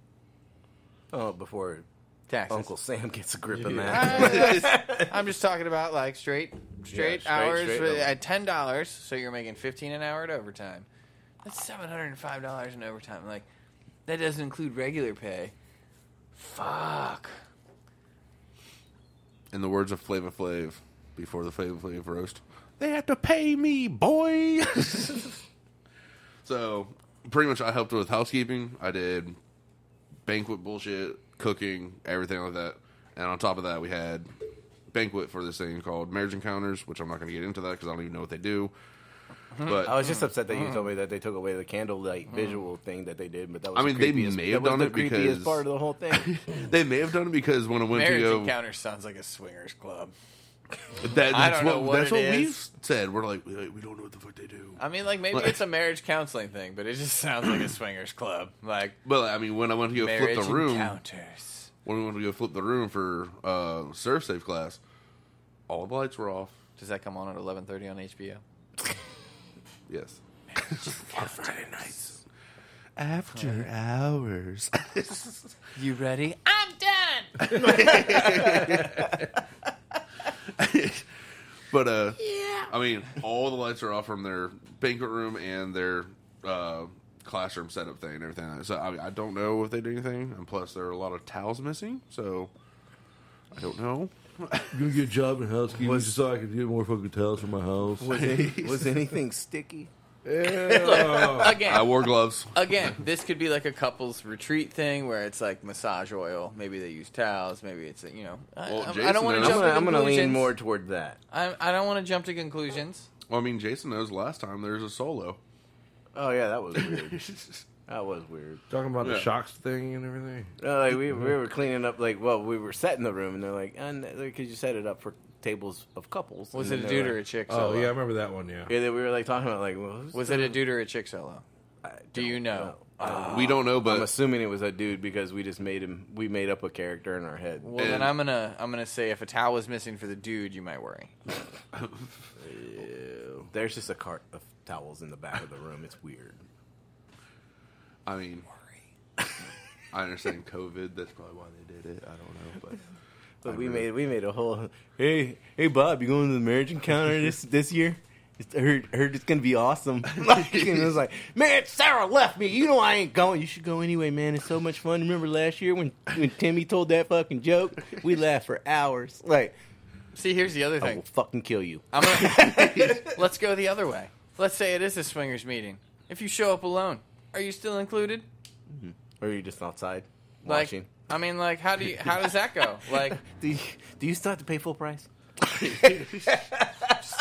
B: Oh, before
C: taxes.
B: Uncle Sam gets a grip on that.
C: I- I'm just talking about like straight, straight
B: straight-
C: hours
B: straight
C: for-
B: over.
C: at ten dollars. So you're making fifteen an hour at overtime. That's seven hundred and five dollars in overtime. Like that doesn't include regular pay. Fuck.
D: in the words of Flava Flav before the Flava Flav roast, they have to pay me, boy. so, pretty much, I helped with housekeeping. I did banquet bullshit, cooking, everything like that. And on top of that, we had banquet for this thing called marriage encounters, which I'm not going to get into that because I don't even know what they do.
C: Mm-hmm.
D: But
C: Oh,
B: I was just upset that you
D: Mm.
B: told me that they took away the candlelight visual thing that they did, but that was
D: I
B: the
D: mean, they
B: creepiest-
D: may
B: that
D: have
B: was
D: done
B: the
D: it
B: creepiest
D: because-
B: part of the whole thing.
D: they may have done it because when I went
C: Marriage
D: to go,
C: encounter sounds like a swingers club.
D: that, that's
C: I don't
D: what,
C: know what
D: that's
C: it
D: what
C: is.
D: we've said. We're like, we we don't know what the fuck they do.
C: I mean, like maybe it's a marriage counseling thing, but it just sounds like a swingers club. Like
D: But I mean, when I went to go
C: marriage
D: flip the room,
C: encounters.
D: when we went to go flip the room for uh, surf safe class, all the lights were off.
C: Does that come on at eleven thirty on HBO?
D: Yes.
C: You ready? I'm done.
D: But uh, I mean, all the lights are off from their banquet room and their uh, classroom setup thing and everything. So I, I don't know if they did anything, and plus there are a lot of towels missing. So I don't know.
E: You gonna get a job in housekeeping
B: Was-
E: just so I can get more fucking towels for my house.
B: Was, any- was anything sticky?
C: Again,
D: I wore gloves.
C: again, this could be like a couple's retreat thing where it's like massage oil. Maybe they use towels. Maybe it's you know. I,
D: Well,
C: I- I
D: Jason
C: don't want
D: and
C: to
D: I-
B: I'm
C: jump
B: gonna,
C: to
B: I'm gonna
C: conclusions.
B: lean more toward that.
C: I, I don't want to jump to conclusions.
D: Well, I mean, Jason knows last time there's a solo.
B: Oh yeah, that was weird. that was weird.
E: Talking about
D: Yeah.
E: the shocks thing and everything.
B: No, like we, we were cleaning up. Like, well, we were setting the room, and they're like, "And because you set it up for tables of couples."
C: Was
B: And
C: it a
B: then they
C: dude
B: were
C: or a
B: like-
C: chick?
E: Oh
C: solo?
E: yeah, I remember that one. Yeah.
B: Yeah, they- we were like talking about like, well, who's
C: Was
B: the-
C: it a dude or a chick solo?
B: I
C: Do you
B: don't
C: know?
D: we don't know,
B: I'm
D: but
B: assuming it was a dude because we just made him. We made up a character in our head.
C: Well, then I'm gonna I'm gonna say if a towel was missing for the dude, you might worry.
B: There's just a cart of towels in the back of the room. It's weird.
D: I mean, I understand COVID. That's probably why they did it. I don't know, but
B: But we made we made a whole. Hey, hey, Bob, you going to the marriage encounter this this year? It's, I heard I heard it's gonna be awesome. Like, and it was like, man, Sarah left me. You know I ain't going. You should go anyway, man. It's so much fun. Remember last year when when Timmy told that fucking joke? We laughed for hours. Like,
C: See, here's the other
B: I
C: thing.
B: will fucking kill you.
C: I'm gonna, let's go the other way. Let's say it is a swingers meeting. If you show up alone, are you still included?
B: Or are you just outside
C: Like,
B: watching?
C: I mean, like, how do you how does that go? Like,
B: Do you, do you still have to pay full price?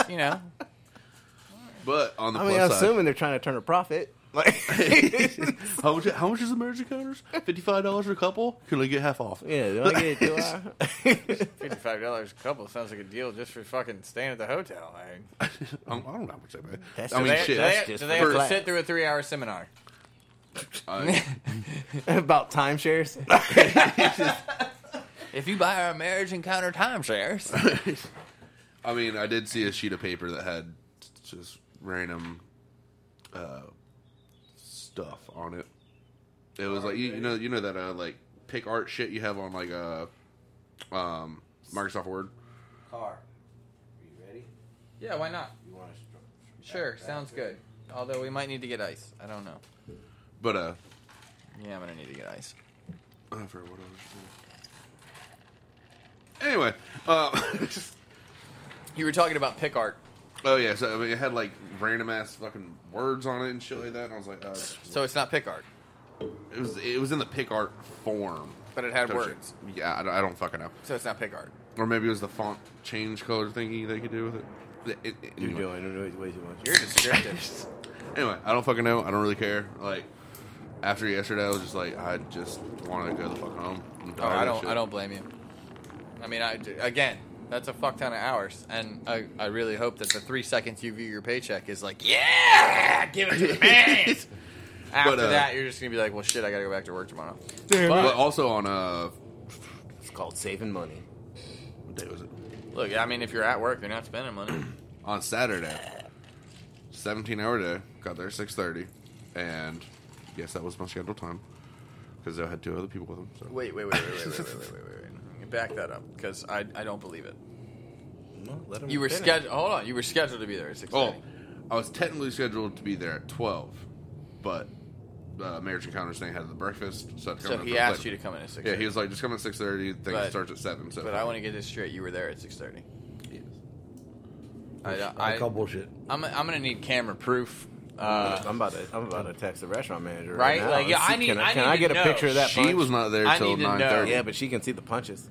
C: you know,
D: but on the
B: I
D: plus
B: mean, I'm
D: side,
B: assuming they're trying to turn a profit. Like,
D: how much? How much is the marriage encounters? Fifty five dollars a couple. Can I get half off?
B: yeah, do I get it? Do I?
C: fifty five dollars a couple sounds like a deal just for fucking staying at the hotel. I,
D: I don't I don't know how much they pay.
B: That's
D: I
B: the
D: mean,
C: do they,
D: shit.
C: do they-
B: that's just
C: do they
B: for
C: have to
B: class.
C: sit through a three hour seminar?
D: I-
B: About timeshares?
C: If you buy our marriage encounter timeshares,
D: I mean, I did see a sheet of paper that had just random uh, stuff on it. It was like you, you know you know that uh, like pick art shit you have on like uh, um, Microsoft Word.
B: Car. Are you ready?
C: yeah, why not?
B: You want to
C: Sure, sounds good. Although we might need to get ice. I don't know.
D: But uh,
C: Yeah, I'm gonna need to get ice.
D: I forgot what I was. Anyway, uh,
C: You were talking about pick art.
D: oh yeah, so I mean, it had like random ass fucking words on it and shit like that. And I was like, uh,
C: So it's not pick art,
D: it was it was in the pick art form,
C: but it had
D: Type shit.
C: words.
D: Yeah, I don't, I don't fucking know.
C: So it's not pick art.
D: Or maybe it was the font change color thingy they could do with it. It- it- it-
B: You're
D: anyway.
B: doing it way, way too much.
C: You're descriptive.
D: Anyway, I don't fucking know. I don't really care. Like after yesterday, I was just like, I just want to go the fuck home. I'm
C: oh,
D: tired
C: I
D: of
C: don't.
D: shit.
C: I don't blame you. I mean, I again, that's a fuck ton of hours, and I, I really hope that the three seconds you view your paycheck is like, yeah, give it to the man. After
D: But, uh,
C: that, you're just gonna be like, well, shit, I gotta go back to work tomorrow.
D: But also on uh,
B: It's called saving money.
D: what day was it?
C: Look, I mean, if you're at work, you're not spending money.
D: On Saturday, seventeen hour day. Got there six thirty, and yes, that was my scheduled time because I had two other people with them. So.
C: wait, wait, wait, wait, wait, wait, wait, wait, wait, wait. Back that up, because I, I don't believe it.
B: Well, let them
C: You were scheduled. Hold on, you were scheduled to be there at six.
D: Oh, I was technically scheduled to be there at twelve, but uh, marriage encounters thing had the breakfast, so, I had to
C: So
D: come in
C: he
D: for-
C: asked
D: like-
C: you to come in at six.
D: Yeah, he was like, just come at six thirty. Thing
C: But-
D: starts at seven. So,
C: But I want to get this straight. You were there at six thirty.
D: Yes.
C: I,
E: I
C: I,
E: call bullshit.
C: I'm, I'm gonna need camera proof. Uh,
B: I'm about to. I'm about to text the restaurant manager. Right?
C: Right?
B: now
C: Like, yeah,
B: and see-
C: I need-
B: Can I,
C: I
B: can
C: need
B: I
C: to
B: get
C: know.
B: a picture of that?
D: She
B: punch?
D: was not there
C: I
D: till
C: need to know.
D: nine thirty.
B: Yeah, but she can see the punches.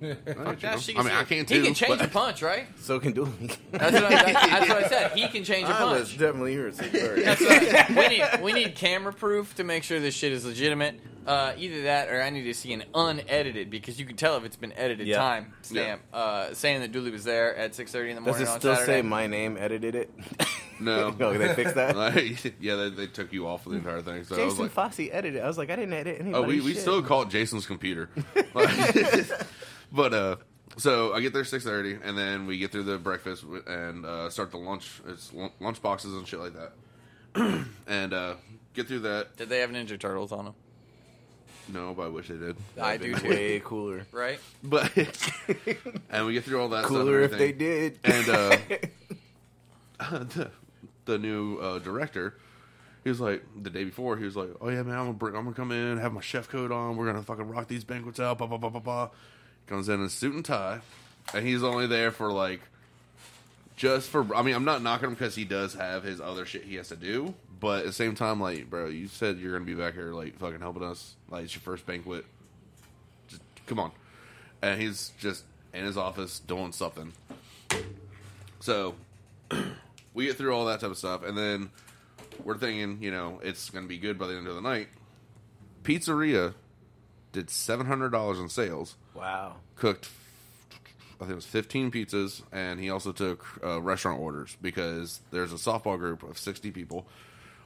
C: yeah, she can
D: I mean,
C: see-
D: I can't
C: He
D: too.
C: can change
D: but-
C: a punch, right?
B: So can do.
C: That's what I, that- that's what I said. He can change a
B: I was
C: punch.
B: definitely here at six thirty.
C: That's what I- we need we need camera proof to make sure this shit is legitimate. Uh, either that, or I need to see an unedited because you can tell if it's been edited
B: Yeah.
C: time stamp uh, saying that Dooley was there at six thirty in the
B: Does
C: morning
B: it
C: on
B: still
C: Saturday.
B: say my name edited it?
D: No.
B: no, Oh, they fixed that.
D: Like, yeah, they, they took you off of the entire thing. So I was
B: Jason
D: like,
B: Fossey edited. it. I was like, I didn't edit anything.
D: oh, we, we still called Jason's computer. Like, but uh, so I get there six thirty, and then we get through the breakfast wi- and uh, start the lunch. It's lun- lunch boxes and shit like that, and uh, get through that.
C: Did they have Ninja Turtles on them?
D: No, but I wish they did.
C: I do too.
B: way cooler.
C: Right?
D: But and we get through all that. stuff and
B: Cooler if they
D: everything.
B: did.
D: and uh, the, the new uh, director He was like the day before. He was like, "Oh yeah, man, I'm gonna bring, I'm gonna come in, have my chef coat on. We're gonna fucking rock these banquets out." Blah blah blah blah blah. Comes in in a suit and tie, and he's only there for like just for. I mean, I'm not knocking him because he does have his other shit he has to do, but at the same time, like, bro, you said you're gonna be back here like fucking helping us. Like, it's your first banquet. Just come on, and he's just in his office doing something. So we get through all that type of stuff, and then we're thinking, you know, it's going to be good by the end of the night. Pizzeria did seven hundred dollars in sales,
B: Wow.
D: cooked, I think it was fifteen pizzas, and he also took uh, restaurant orders because there's a softball group of sixty people,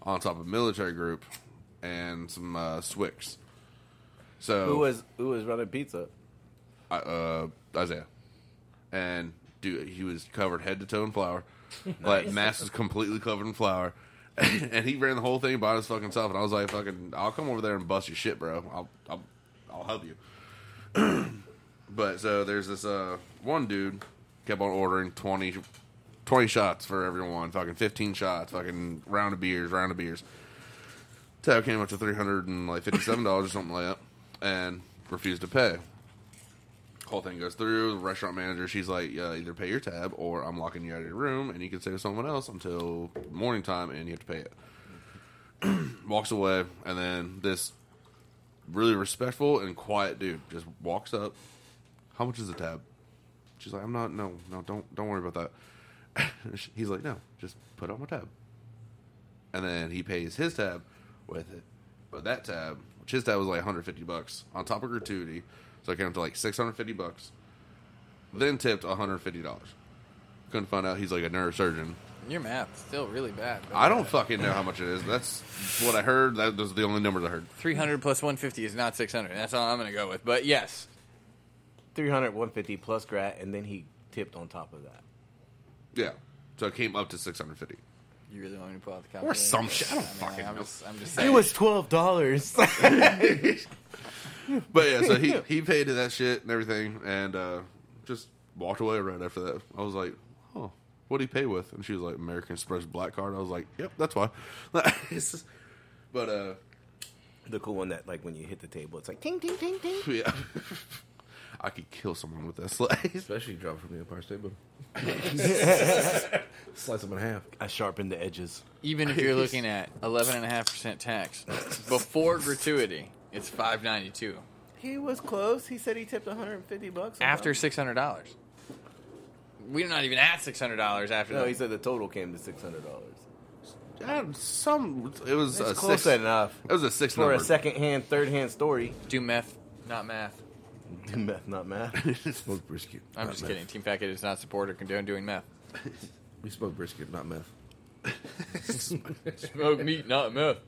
D: on top of a military group, and some uh, Swix. So
B: Who was who was running pizza?
D: uh, Isaiah, and dude, he was covered head to toe in flour. Like mask was completely covered in flour, and he ran the whole thing by his fucking self. And I was like, "Fucking, I'll come over there and bust your shit, bro. I'll, I'll, I'll help you." but so there's this uh, one dude kept on ordering 20, 20 shots for everyone, fucking fifteen shots, fucking round of beers, round of beers. Tab came up to three hundred and like fifty seven dollars or something like that, and refused to pay whole thing goes through. The restaurant manager, she's like, uh, either pay your tab or I'm locking you out of your room and you can stay with someone else until morning time and you have to pay it. Walks away, and then this really respectful and quiet dude just walks up. How much is the tab? She's like, I'm not. No, no, don't don't worry about that. He's like, no, just put on my tab. And then he pays his tab with it, but that tab, which his tab was like 150 bucks on top of gratuity, so it came up to like 650 bucks. Then tipped 150 dollars. Couldn't find out he's like a neurosurgeon.
C: Your math's still really bad. but-
D: I don't fucking know how much it is. That's what I heard. That was the only numbers I heard.
C: 300 plus 150 is not 600. That's all I'm going to go with. But yes,
B: 300, 150 plus grat, and then he tipped on top of that.
D: Yeah, so it came up to 650.
C: you really want me to pull out the calculator?
D: Or some shit. I don't
C: mean,
D: fucking
C: I'm
D: know.
C: just, I'm just saying.
B: twelve dollars.
D: But yeah, so he he paid that shit and everything, and uh, just walked away right after that. I was like, "Huh, what would he pay with?" And she was like, "American Express Black Card." I was like, "Yep, that's why." It's just- but uh,
B: the cool one that like when you hit the table, it's like ting ting ting ting.
D: yeah, I could kill someone with this. Like,
E: Especially dropped from the Empire State Building. Slice them in half.
B: I sharpened the edges.
C: Even if you're looking at 11.5% tax, before gratuity, it's 592
B: He was close. He said he tipped 150 bucks.
C: After $600. We're not even at $600 after
B: no,
C: that.
B: he said the total came to 600 dollars.
D: God, some it was a
B: That's close
D: six,
B: enough
D: It was a six
B: for
D: number.
B: a second hand, third hand story.
C: Do meth, not math.
B: Do math, not math.
E: Smoked brisket.
C: I'm
E: not
C: just
E: meth.
C: kidding. Team Packet does not support or condone doing meth.
E: We smoked brisket, not meth.
C: Smoke meat, not meth.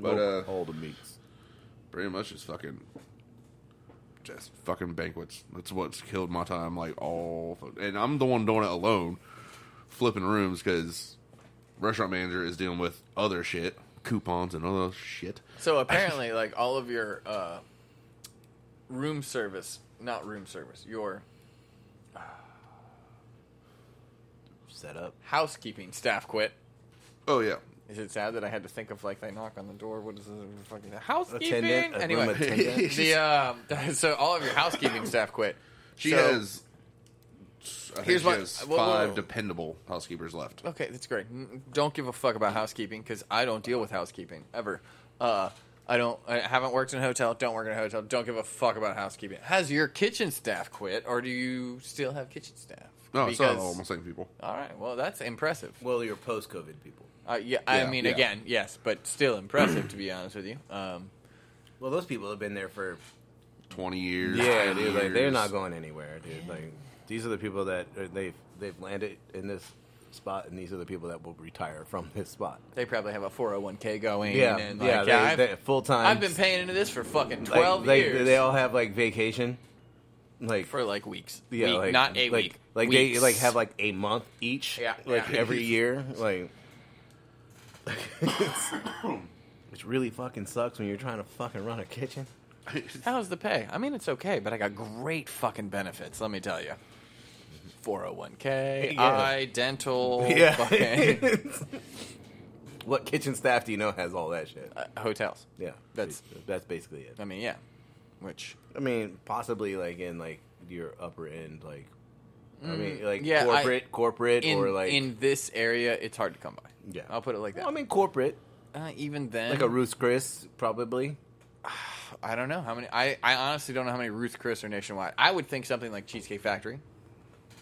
D: But uh,
B: all the meats.
D: pretty much just fucking just fucking banquets. That's what's killed my time. Like all, and I'm the one doing it alone, flipping rooms because restaurant manager is dealing with other shit, coupons and other shit.
C: So apparently, like all of your uh, room service, not room service, your
B: Set up.
C: housekeeping staff quit.
D: Oh yeah,
C: Is it sad that I had to think of like they knock on the door? What is this fucking housekeeping?
B: Attendant, a room
C: Anyway,
B: attendant.
C: the um, so all of your housekeeping staff quit.
D: she
C: So-
D: has. I think
C: Here's
D: she
C: what-
D: has
C: whoa, whoa,
D: five
C: whoa.
D: dependable housekeepers left.
C: Okay, that's great. N- Don't give a fuck about housekeeping because I don't deal with housekeeping ever. Uh, I don't. I haven't worked in a hotel. Don't work in a hotel. Don't give a fuck about housekeeping. Has your kitchen staff quit, or do you still have kitchen staff?
D: No, it's not
C: Because-
D: all the same people.
C: All right. Well, that's impressive.
B: Well, you're post COVID people.
C: Uh, yeah, I
D: Yeah,
C: mean,
D: yeah.
C: again, yes, but still impressive to be honest with you. Um,
B: Well, those people have been there for
D: Twenty years.
B: yeah,
D: 10
B: dude. Like they're
D: years.
B: not going anywhere, dude. Like these are the people that uh, they've they've landed in this spot, and these are the people that will retire from this spot.
C: they probably have a 401k going.
B: Yeah,
C: and like,
B: yeah,
C: I've,
B: they, full time.
C: I've been paying into this for fucking
B: like,
C: 12
B: like,
C: years
B: They all have like vacation, like
C: for like weeks.
B: yeah,
C: Week-
B: like,
C: not a
B: like,
C: week.
B: Like they
C: Weeks.
B: like have like a month each,
C: Yeah,
B: like
C: yeah.
B: every year, like. Which really fucking sucks when you're trying to fucking run a kitchen.
C: How's the pay? I mean, it's okay, but I got great fucking benefits. Let me tell you. 401k,
B: Yeah.
C: eye, dental,
B: Yeah.
C: fucking
B: What kitchen staff do you know has all that shit?
C: Uh, hotels.
B: Yeah,
C: That's-
B: that's basically it.
C: I mean, yeah. Which
B: I mean, possibly like in like your upper end, like I mean, like
C: Mm, yeah, I-
B: corporate, corporate,
C: in,
B: or like
C: in this area, it's hard to come by.
B: yeah.
C: I'll put it like that.
B: Well, I mean, corporate,
C: uh, even then,
B: like a Ruth's Chris, probably.
C: I don't know how many. I, I honestly don't know how many Ruth Chris are nationwide. I would think something like Cheesecake Factory.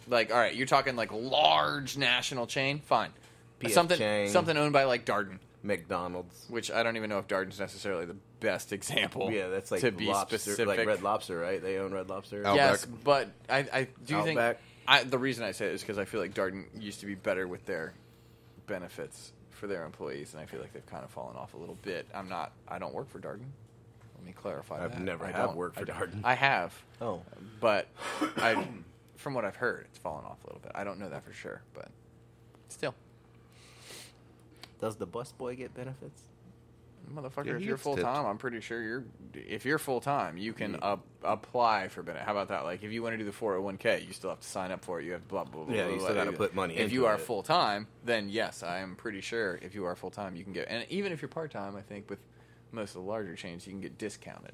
C: Like, all right, you're talking like large national chain. Fine,
B: P.F.
C: something
B: Chang's.
C: something owned by like Darden,
B: McDonald's.
C: which I don't even know if Darden's necessarily the best example.
B: Yeah, that's like
C: to be
B: lobster,
C: specific.
B: like Red Lobster, right? They own Red Lobster.
E: Oh.
D: Al-
C: Yes,
D: Outback.
C: but I, I do
B: Outback.
C: think I, the reason I say it is because I feel like Darden used to be better with their benefits for their employees, and I feel like they've kind of fallen off a little bit. I'm not. I don't work for Darden. Let me clarify.
B: I've
C: that.
B: never
C: I
B: have
C: don't-
B: worked
C: I
B: for
C: don't-
B: Darden.
C: I have.
B: Oh.
C: but I, from what I've heard, it's fallen off a little bit. I don't know that for sure, but still,
B: Does the busboy get benefits?
C: motherfucker,
D: Yeah,
C: if
D: he
C: you're
D: gets
C: full
D: tipped.
C: time, I'm pretty sure you're. If you're full time, you can up, apply for benefit. How about that? Like, if you want to do the 401k, you still have to sign up for it. You have blah blah blah.
B: Yeah,
C: blah,
B: you
C: blah,
B: still
C: blah.
B: gotta put money
C: If
B: into
C: you are
B: it.
C: full time, then yes, I am pretty sure. If you are full time, you can get, and even if you're part time, I think with most of the larger chains, you can get discounted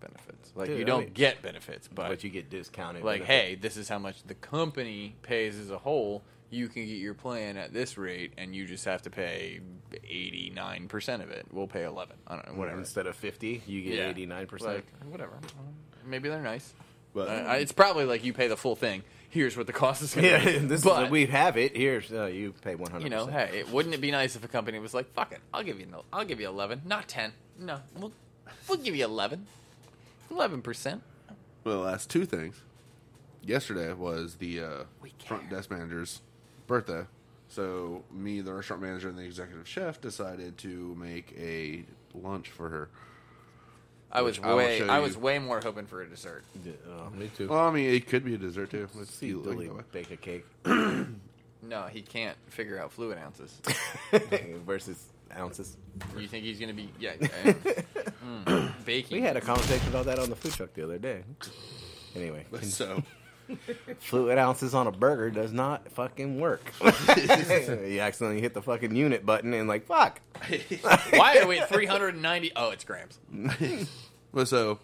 C: benefits. Like,
B: Dude,
C: you
B: I
C: don't
B: mean-
C: get benefits,
B: But,
C: but,
B: you get discounted.
C: like,
B: benefits.
C: hey, this is how much the company pays as a whole. You can get your plan at this rate, and you just have to pay eighty nine percent of it. We'll pay eleven. I don't know, whatever.
B: Instead of fifty, you Mm-hmm. get
C: Yeah.
B: eighty nine percent.
C: Like, whatever. Um, Maybe they're nice.
D: But-
C: Uh, I- it's probably like you pay the full thing. Here's what the cost is going to
B: Yeah,
C: be.
B: this
C: but,
B: is, we have it here. So you pay one hundred.
C: you know, hey, it, wouldn't it be nice if a company was like, "Fuck it, I'll give you, no, I'll give you eleven, not ten. No, we'll, we'll give you eleven, eleven percent."
D: Well, the last two things. Yesterday was the uh, front desk manager's birthday. So, me, the restaurant manager, and the executive chef decided to make a lunch for her.
C: I was
D: Which I will
C: way,
D: show
C: I
D: you.
C: was way more hoping for a dessert.
E: Oh, Me too.
D: Well, I mean, it could be a dessert too. Let's see.
B: see, Dilly
D: Like,
B: bake a cake
C: No, he can't figure out fluid ounces.
B: versus ounces.
C: you think he's going to be? Yeah, I am. Mm, baking.
B: We had a conversation about that on the food truck the other day. Anyway,
D: so,
B: fluid ounces on a burger does not fucking work. you accidentally hit the fucking unit button and like fuck.
C: Why are we at three hundred and ninety? Oh, it's grams.
D: well, so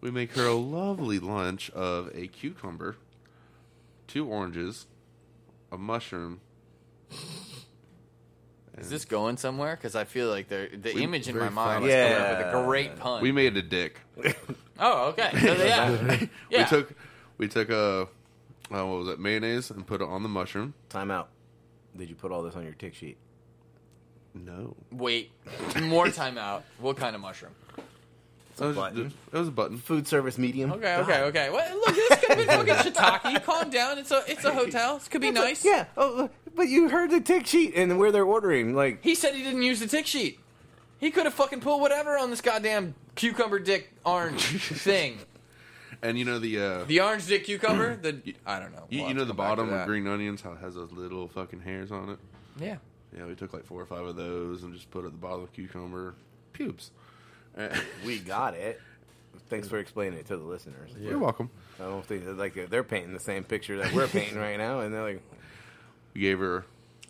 D: we make her a lovely lunch of a cucumber, two oranges, a mushroom.
C: Is this going somewhere? Because I feel like there- the
D: We-
C: image in
D: very
C: my mind
D: fun.
C: is coming up
B: Yeah.
C: with a great pun.
D: We made a dick.
C: oh, okay. So, yeah. yeah.
D: We took we took a uh, what was it mayonnaise and put it on the mushroom.
B: Time out. Did you put all this on your tick sheet?
D: No,
C: Wait, more time out. What kind of mushroom?
D: it was,
B: button.
D: it was a button.
B: Food service medium.
C: Okay, okay, okay. What, look, this could be fucking shiitake. Calm down. It's a it's a hotel. This could be nice.
B: Yeah. Oh, look, but you heard the tick sheet and where they're ordering. Like
C: He said he didn't use the tick sheet. He could have fucking put whatever on this goddamn cucumber dick orange thing.
D: And you know the uh,
C: The orange dick cucumber. The I don't know.
D: you,
C: We'll
D: you know
C: have
D: the
C: to come back to
D: bottom of
C: that.
D: green onions how it has those little fucking hairs on it.
C: Yeah.
D: Yeah, we took like four or five of those and just put it at the bottom of cucumber pubes. Eh,
B: we got it. Thanks for explaining it to the listeners.
D: You're welcome.
B: I don't think like they're painting the same picture that we're painting right now, and they're like,
D: We gave her,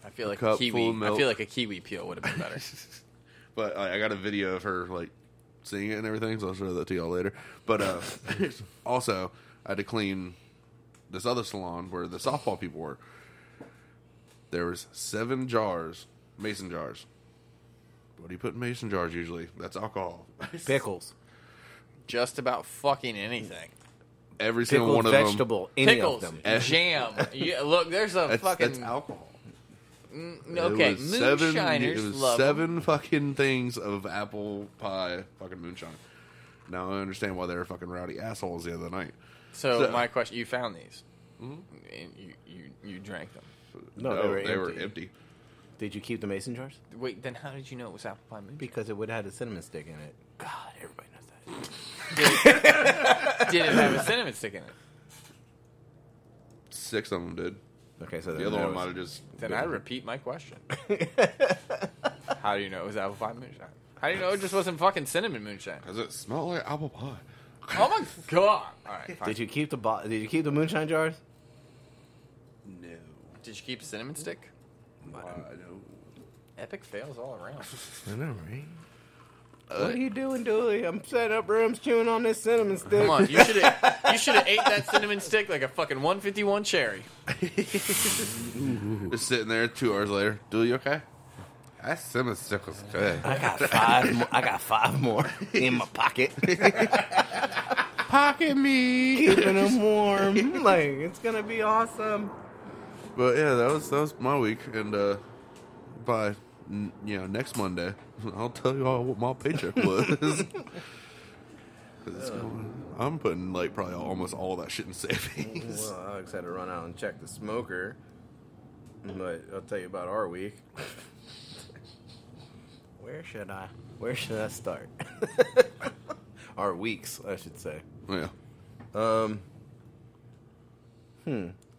C: I feel like a
D: cup full of
C: kiwi. I
D: milk.
C: feel like a kiwi peel would have been better.
D: but like, I got a video of her like seeing it and everything. So I'll show that to y'all later. But uh, also, I had to clean this other salon where the softball people were. There was seven jars, mason jars. What do you put in mason jars usually? That's alcohol.
B: pickles,
C: Just about fucking anything.
D: Every single
B: pickled
D: one of them.
B: vegetable, any
C: Pickles,
B: of them.
C: jam. Yeah, look, there's a
D: That's,
C: fucking
D: that's alcohol.
C: okay.
D: It was seven-
C: Moonshiners
D: it was
C: love 'em.
D: seven fucking things of apple pie fucking moonshine. Now I understand why they were fucking rowdy assholes the other night.
C: So,
D: So-
C: my question: You found these,
D: Mm-hmm.
C: and you, you you drank them.
B: No,
D: Oh,
B: they were empty. Did you keep the mason jars?
C: Wait, then how did you know it was apple pie moonshine?
B: Because it would have had a cinnamon stick in it. God, everybody knows that.
C: Did it have a cinnamon stick in it?
D: Six of them did.
B: Okay, so
D: The other one might have just.
C: Then
D: been-
C: I repeat my question: How do you know it was apple pie moonshine? How do you know it just wasn't fucking cinnamon moonshine?
D: Does it smell like apple pie?
C: Oh my god! All right, fine.
B: Did you keep the bo- Did you keep the moonshine jars?
D: No.
B: Uh,
C: Did you keep a cinnamon stick?
D: I know.
C: Epic fails all around.
E: I know, right?
D: Uh,
B: What are you doing, Dooley? I'm setting up rooms chewing on this cinnamon stick.
C: Come on, you should have you should have ate that cinnamon stick like a fucking 151 cherry.
D: Just sitting there two hours later. Do you okay? That cinnamon stick was good.
B: I got five. Mo- I got five more in my pocket.
D: Pocket me.
B: Keeping them warm. Like it's gonna be awesome.
D: But yeah, that was that was my week, and uh, by n- you know next Monday, I'll tell you all what my paycheck was. 'Cause it's going- I'm putting like probably almost all that shit in savings.
B: Well, Alex had to run out and check the smoker, but I'll tell you about our week. Where should I? Where should I start? our weeks, I should say.
D: yeah,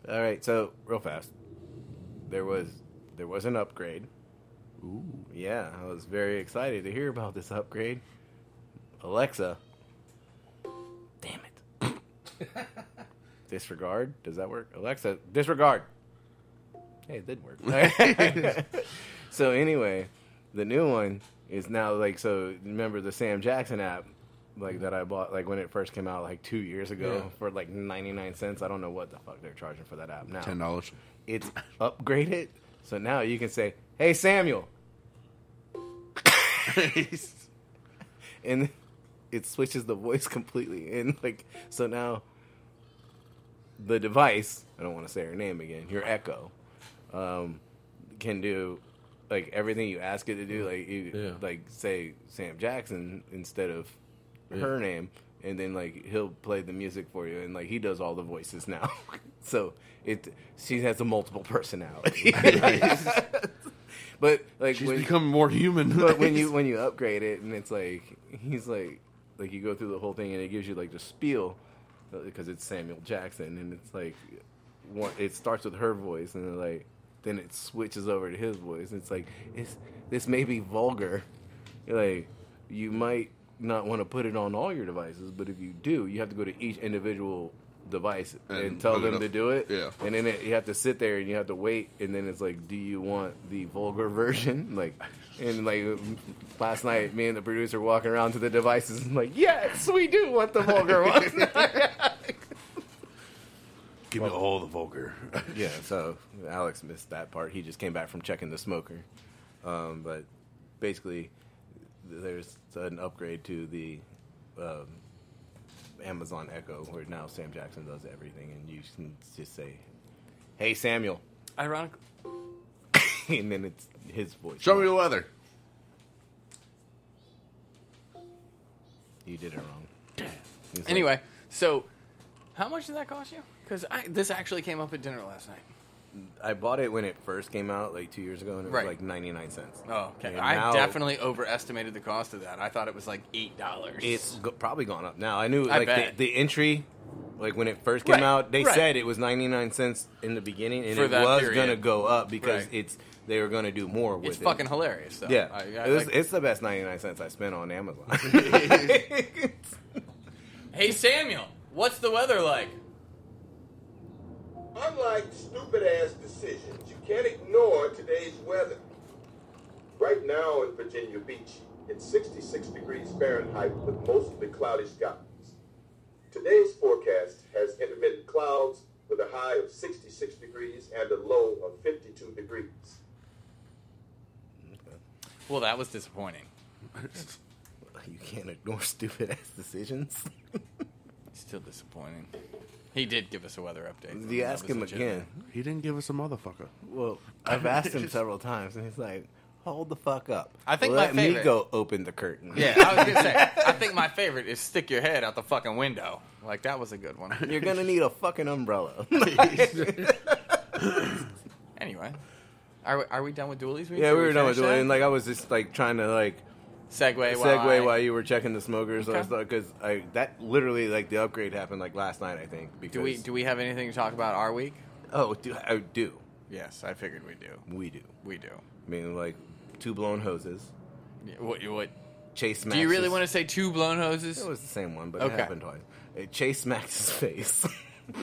B: All right, so real fast, there was there was an upgrade. Ooh, yeah, I was very excited to hear about this upgrade. Alexa, damn it, disregard. Does that work? Alexa, disregard. Hey, it did work. so anyway, the new one is now like so. Remember the Sam Jackson app, like that I bought like when it first came out like two years ago for like ninety nine cents. I don't know what the fuck they're charging for that app now.
D: ten dollars.
B: It's upgraded, so now you can say, "Hey Samuel," and it switches the voice completely. And like so now, the device. I don't want to say her name again. Your Echo. um, can do like everything you ask it to do. Like you,
E: Yeah.
B: like say Sam Jackson instead of her name, and then like he'll play the music for you, and like he does all the voices now. so it she has a multiple personality. but like
D: She's
B: when,
D: becoming more human.
B: but when you when you upgrade it and it's like he's like like you go through the whole thing and it gives you like the spiel because it's Samuel Jackson and it's like one, it starts with her voice and then like then it switches over to his voice and it's like it's this may be vulgar like you might not want to put it on all your devices but if you do you have to go to each individual device and,
D: And
B: tell
D: put it
B: them
D: up.
B: to do it
D: Yeah.
B: and then it, you have to sit there and you have to wait, and then it's like, do you want the vulgar version? Like, and like last night, me and the producer walking around to the devices, and like, yes, we do want the vulgar one.
D: give me all the vulgar.
B: yeah. So Alex missed that part. He just came back from checking the smoker, um, but basically, there's an upgrade to the um, Amazon Echo, where now Sam Jackson does everything, and you can just say, "Hey, Samuel."
C: Ironically,
B: and then it's his voice.
D: Show me the weather.
B: You did it wrong. It's like-
C: anyway, so how much did that cost you? Because this actually came up at dinner last night.
B: I bought it when it first came out, like two years ago, and it was
C: Right.
B: like ninety nine cents.
C: Oh, okay.
B: And
C: I
B: now
C: definitely overestimated the cost of that. I thought it was like eight dollars.
B: it's go- probably gone up now. I knew
C: I
B: like the,
C: bet.
B: the entry, like when it first came
C: Right,
B: out, they
C: right.
B: said it was ninety nine cents in the beginning, and
C: For
B: it
C: that
B: was
C: period.
B: gonna go up because
C: Right.
B: it's they were gonna do more with
C: it's
B: it.
C: fucking hilarious. Though.
B: yeah,
C: I, I,
B: it was,
C: like,
B: it's the best ninety nine cents I spent on Amazon.
C: hey Samuel, what's the weather like?
F: Unlike stupid ass decisions, you can't ignore today's weather. Right now in Virginia Beach, it's 66 degrees Fahrenheit with mostly cloudy skies. Today's forecast has intermittent clouds with a high of 66 degrees and a low of 52 degrees.
C: Well, that was disappointing.
B: you can't ignore stupid ass decisions.
C: Still disappointing. He did give us a weather update. though,
B: you
C: and that
B: ask
C: was
B: him
C: legit.
B: again.
D: He didn't give us a motherfucker.
B: Well, I've asked him several times, and he's like, "Hold the fuck up."
C: I think
B: let
C: my
B: me
C: favorite-
B: go open the curtain.
C: Yeah, I was gonna say. I think my favorite is stick your head out the fucking window. Like that was a good one.
B: You're gonna need a fucking umbrella.
C: Anyway, are we, are we done with dualies?
B: yeah, we were done with doing it.
C: doing
B: And like I was just like trying to like
C: segue.
B: segue
C: why-
B: while you were checking the smokers
C: Okay.
B: because I that literally like the upgrade happened like last night I think. Because
C: Do we do we have anything to talk about our week?
B: oh do I do
C: Yes, I figured we do.
B: we do?
C: We do.
B: I mean like two blown hoses,
C: Yeah, What? What?
B: chase.
C: Do you really want to say two blown hoses?
B: It was the same one, but it
C: Okay.
B: happened twice. It chased Max's face.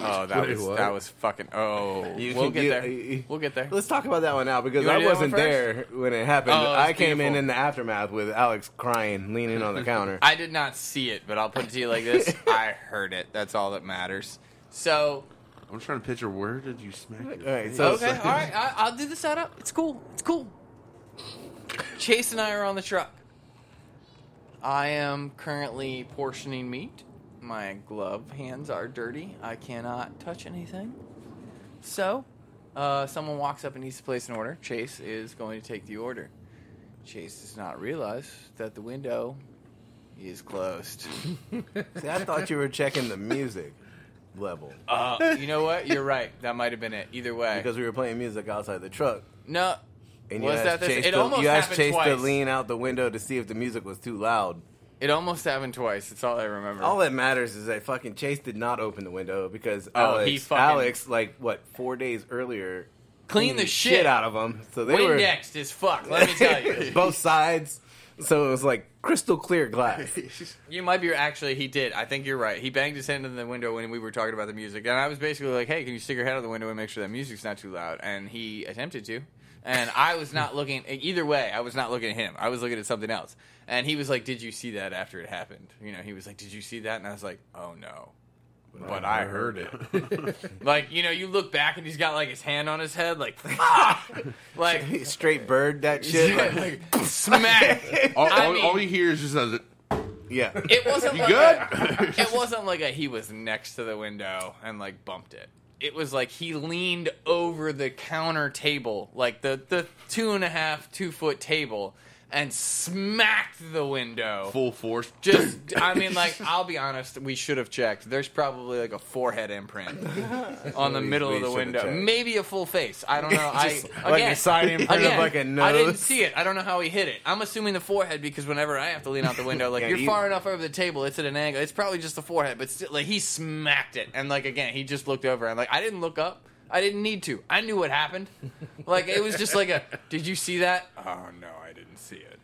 C: Oh, that
E: Wait,
C: was
E: what?
C: that was fucking. Oh,
B: You
C: we'll
B: can-
C: get
B: you-
C: there.
B: you-
C: we'll get there.
B: Let's talk about that one now because
C: You wanna
B: I
C: do that one
B: wasn't there
C: first?
B: when it happened.
C: Oh, it's
B: I came in
C: beautiful.
B: in the aftermath with Alex crying, leaning on the counter.
C: I did not see it, but I'll put it to you like this: I heard it. That's all that matters. So
D: I'm trying to picture where did you smack your
B: All right,
D: face?
B: so-
C: okay, all right, I, I'll do the setup. It's cool. It's cool. Chase and I are on the truck. I am currently portioning meat. My glove hands are dirty. I cannot touch anything. So, uh, someone walks up and needs to place an order. Chase is going to take the order. Chase does not realize that the window is closed.
B: See, I thought you were checking the music level
C: Uh, you know what? You're right. That might have been it. Either way,
B: because we were playing music outside the truck.
C: no.
B: And you
C: was
B: asked
C: that this?
B: Chase
C: It
B: to,
C: almost
B: you asked
C: happened
B: Chase
C: twice.
B: to lean out the window to see if the music was too loud.
C: It almost happened twice. It's all I remember.
B: All that matters is that fucking Chase did not open the window because
C: Oh,
B: Alex,
C: he fucking-
B: Alex, like what four days earlier,
C: Clean
B: cleaned
C: the shit
B: out of them. So they were
C: Windex is fuck. Let me tell you.
B: both sides. So it was like crystal clear glass.
C: You might be actually. He did. I think you're right. He banged his hand in the window when we were talking about the music, and I was basically like, "Hey, can you stick your head out the window and make sure that music's not too loud?" And he attempted to, and I was not looking. Either way, I was not looking at him. I was looking at something else. And he was like, "Did you see that?" After it happened, you know, he was like, "Did you see that?" And I was like, "Oh no." But I heard it. like you know, you look back and he's got like his hand on his head, like, "Fuck!" like
B: Straight bird that shit.
C: Yeah,
B: like-
C: like, smack.
D: All,
C: I
D: all,
C: mean-
D: all you hear is just as it.
B: yeah.
C: It wasn't
D: You
C: like
D: good?
C: A, it wasn't like a he was next to the window and like bumped it. It was like he leaned over the counter table, like the the two and a half two foot table, and smacked the window.
D: Full force.
C: Just, I mean, like I'll be honest, we should have checked. There's probably like a forehead imprint on the middle
B: we
C: of the
B: should have
C: window,
B: checked.
C: maybe a full face. I don't know. I
B: Just
C: again,
B: like a side imprint of
C: again,
B: like a
C: I didn't
B: nose.
C: see it. I don't know how he hit it. I'm assuming the forehead because whenever I have to lean out the window, like
B: Yeah,
C: you're
B: you-
C: far enough over the table, it's at an angle. It's probably just the forehead, but still, like he smacked it, and like again, he just looked over, and like I didn't look up. I didn't need to. I knew what happened. Like it was just like a. Did you see that? Oh no, I didn't see it.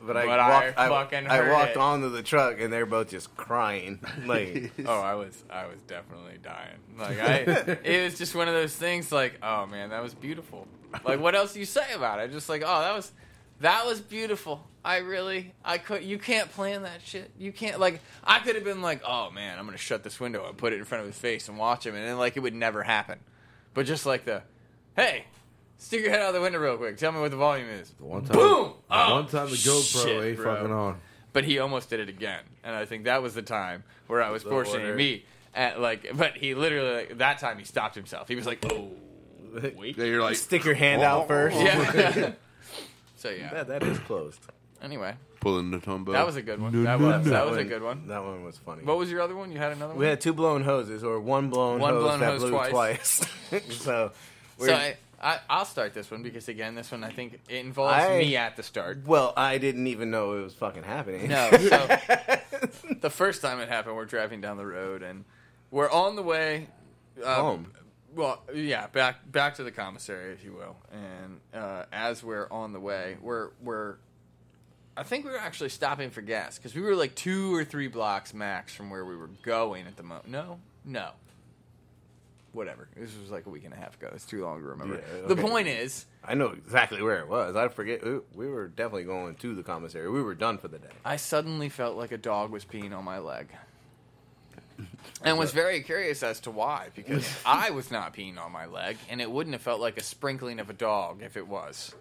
B: But I
C: But I
B: walked, I,
C: fucking
B: I
C: heard
B: walked
C: it.
B: onto the truck and they're both just crying. Like
C: Oh, I was I was definitely dying. Like I it was just one of those things like, oh man, that was beautiful. Like what else do you say about it? Just like, oh, that was that was beautiful. I really I could you can't plan that shit. You can't like I could have been like, oh man, I'm going to shut this window and put it in front of his face and watch him and then like it would never happen. But just like the hey, stick your head out the window real quick. Tell me what the volume is.
E: One time,
C: Boom!
E: One
C: Oh,
E: time the GoPro
C: shit,
E: ain't
C: bro.
E: fucking on.
C: but he almost did it again, and I think that was the time where I was
B: order.
C: portioning meat. At like, but he literally like, that time he stopped himself. He was like, "Oh, wait,
D: Yeah, you're like.
B: stick your hand out first.
C: yeah." so yeah.
B: That, that is closed.
C: Anyway,
D: Pulling the tumbo.
C: that was a good one. That was that was a
B: one-
C: good one.
B: That one was funny.
C: What was your other one? You had another one.
B: we had two blown hoses or one blown
C: One
B: hose
C: blown
B: that
C: hose
B: blew
C: twice.
B: twice. so we're,
C: so I, I I'll start this one because again, this one I think it involves
B: I-
C: me at the start.
B: well, I didn't even know it was fucking happening.
C: No. So the first time it happened, we're driving down the road and we're on the way uh,
B: Home.
C: Well, yeah, back back to the commissary, if you will. And uh, as we're on the way, we're we're I think we were actually stopping for gas because we were like two or three blocks max from where we were going at the moment. No, no. Whatever. This was like a week and a half ago. It's too long to remember.
B: Yeah,
C: The
B: okay.
C: point is,
B: I know exactly where it was. I forget. We, we were definitely going to the commissary. We were done for the day.
C: I suddenly felt like a dog was peeing on my leg. And was very curious as to why, because I was not peeing on my leg, and it wouldn't have felt like a sprinkling of a dog if it was.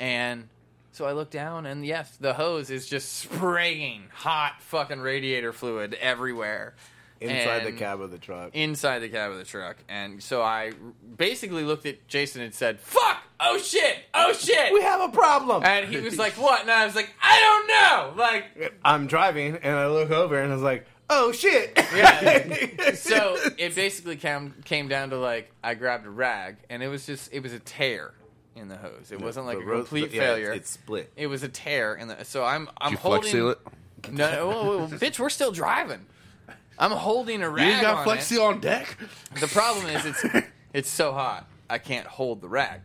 C: And so I looked down, and yes, the hose is just spraying hot fucking radiator fluid everywhere.
B: Inside the
C: And-
B: cab of the truck.
C: inside the cab of the truck. And so I basically looked at Jason and said, "Fuck! Oh shit! Oh shit!
B: we have a problem.
C: And he was like, "What?" And I was like, "I don't know." Like,
B: I'm driving and I look over and I was like, oh shit.
C: yeah. so it basically came came down to like I grabbed a rag, and it was just it was a tear in the hose. It wasn't like
B: The
C: a
B: road-
C: complete
B: yeah,
C: failure.
B: It's, it's split.
C: it was a tear in the. So I'm I'm
D: Did you
C: holding.
D: flex seal it?
C: No, whoa, whoa, bitch, we're still driving. I'm holding a
D: You
C: rag.
D: ain't got
C: on
D: flex
C: it.
D: seal on deck?
C: The problem is it's it's so hot I can't hold the rag.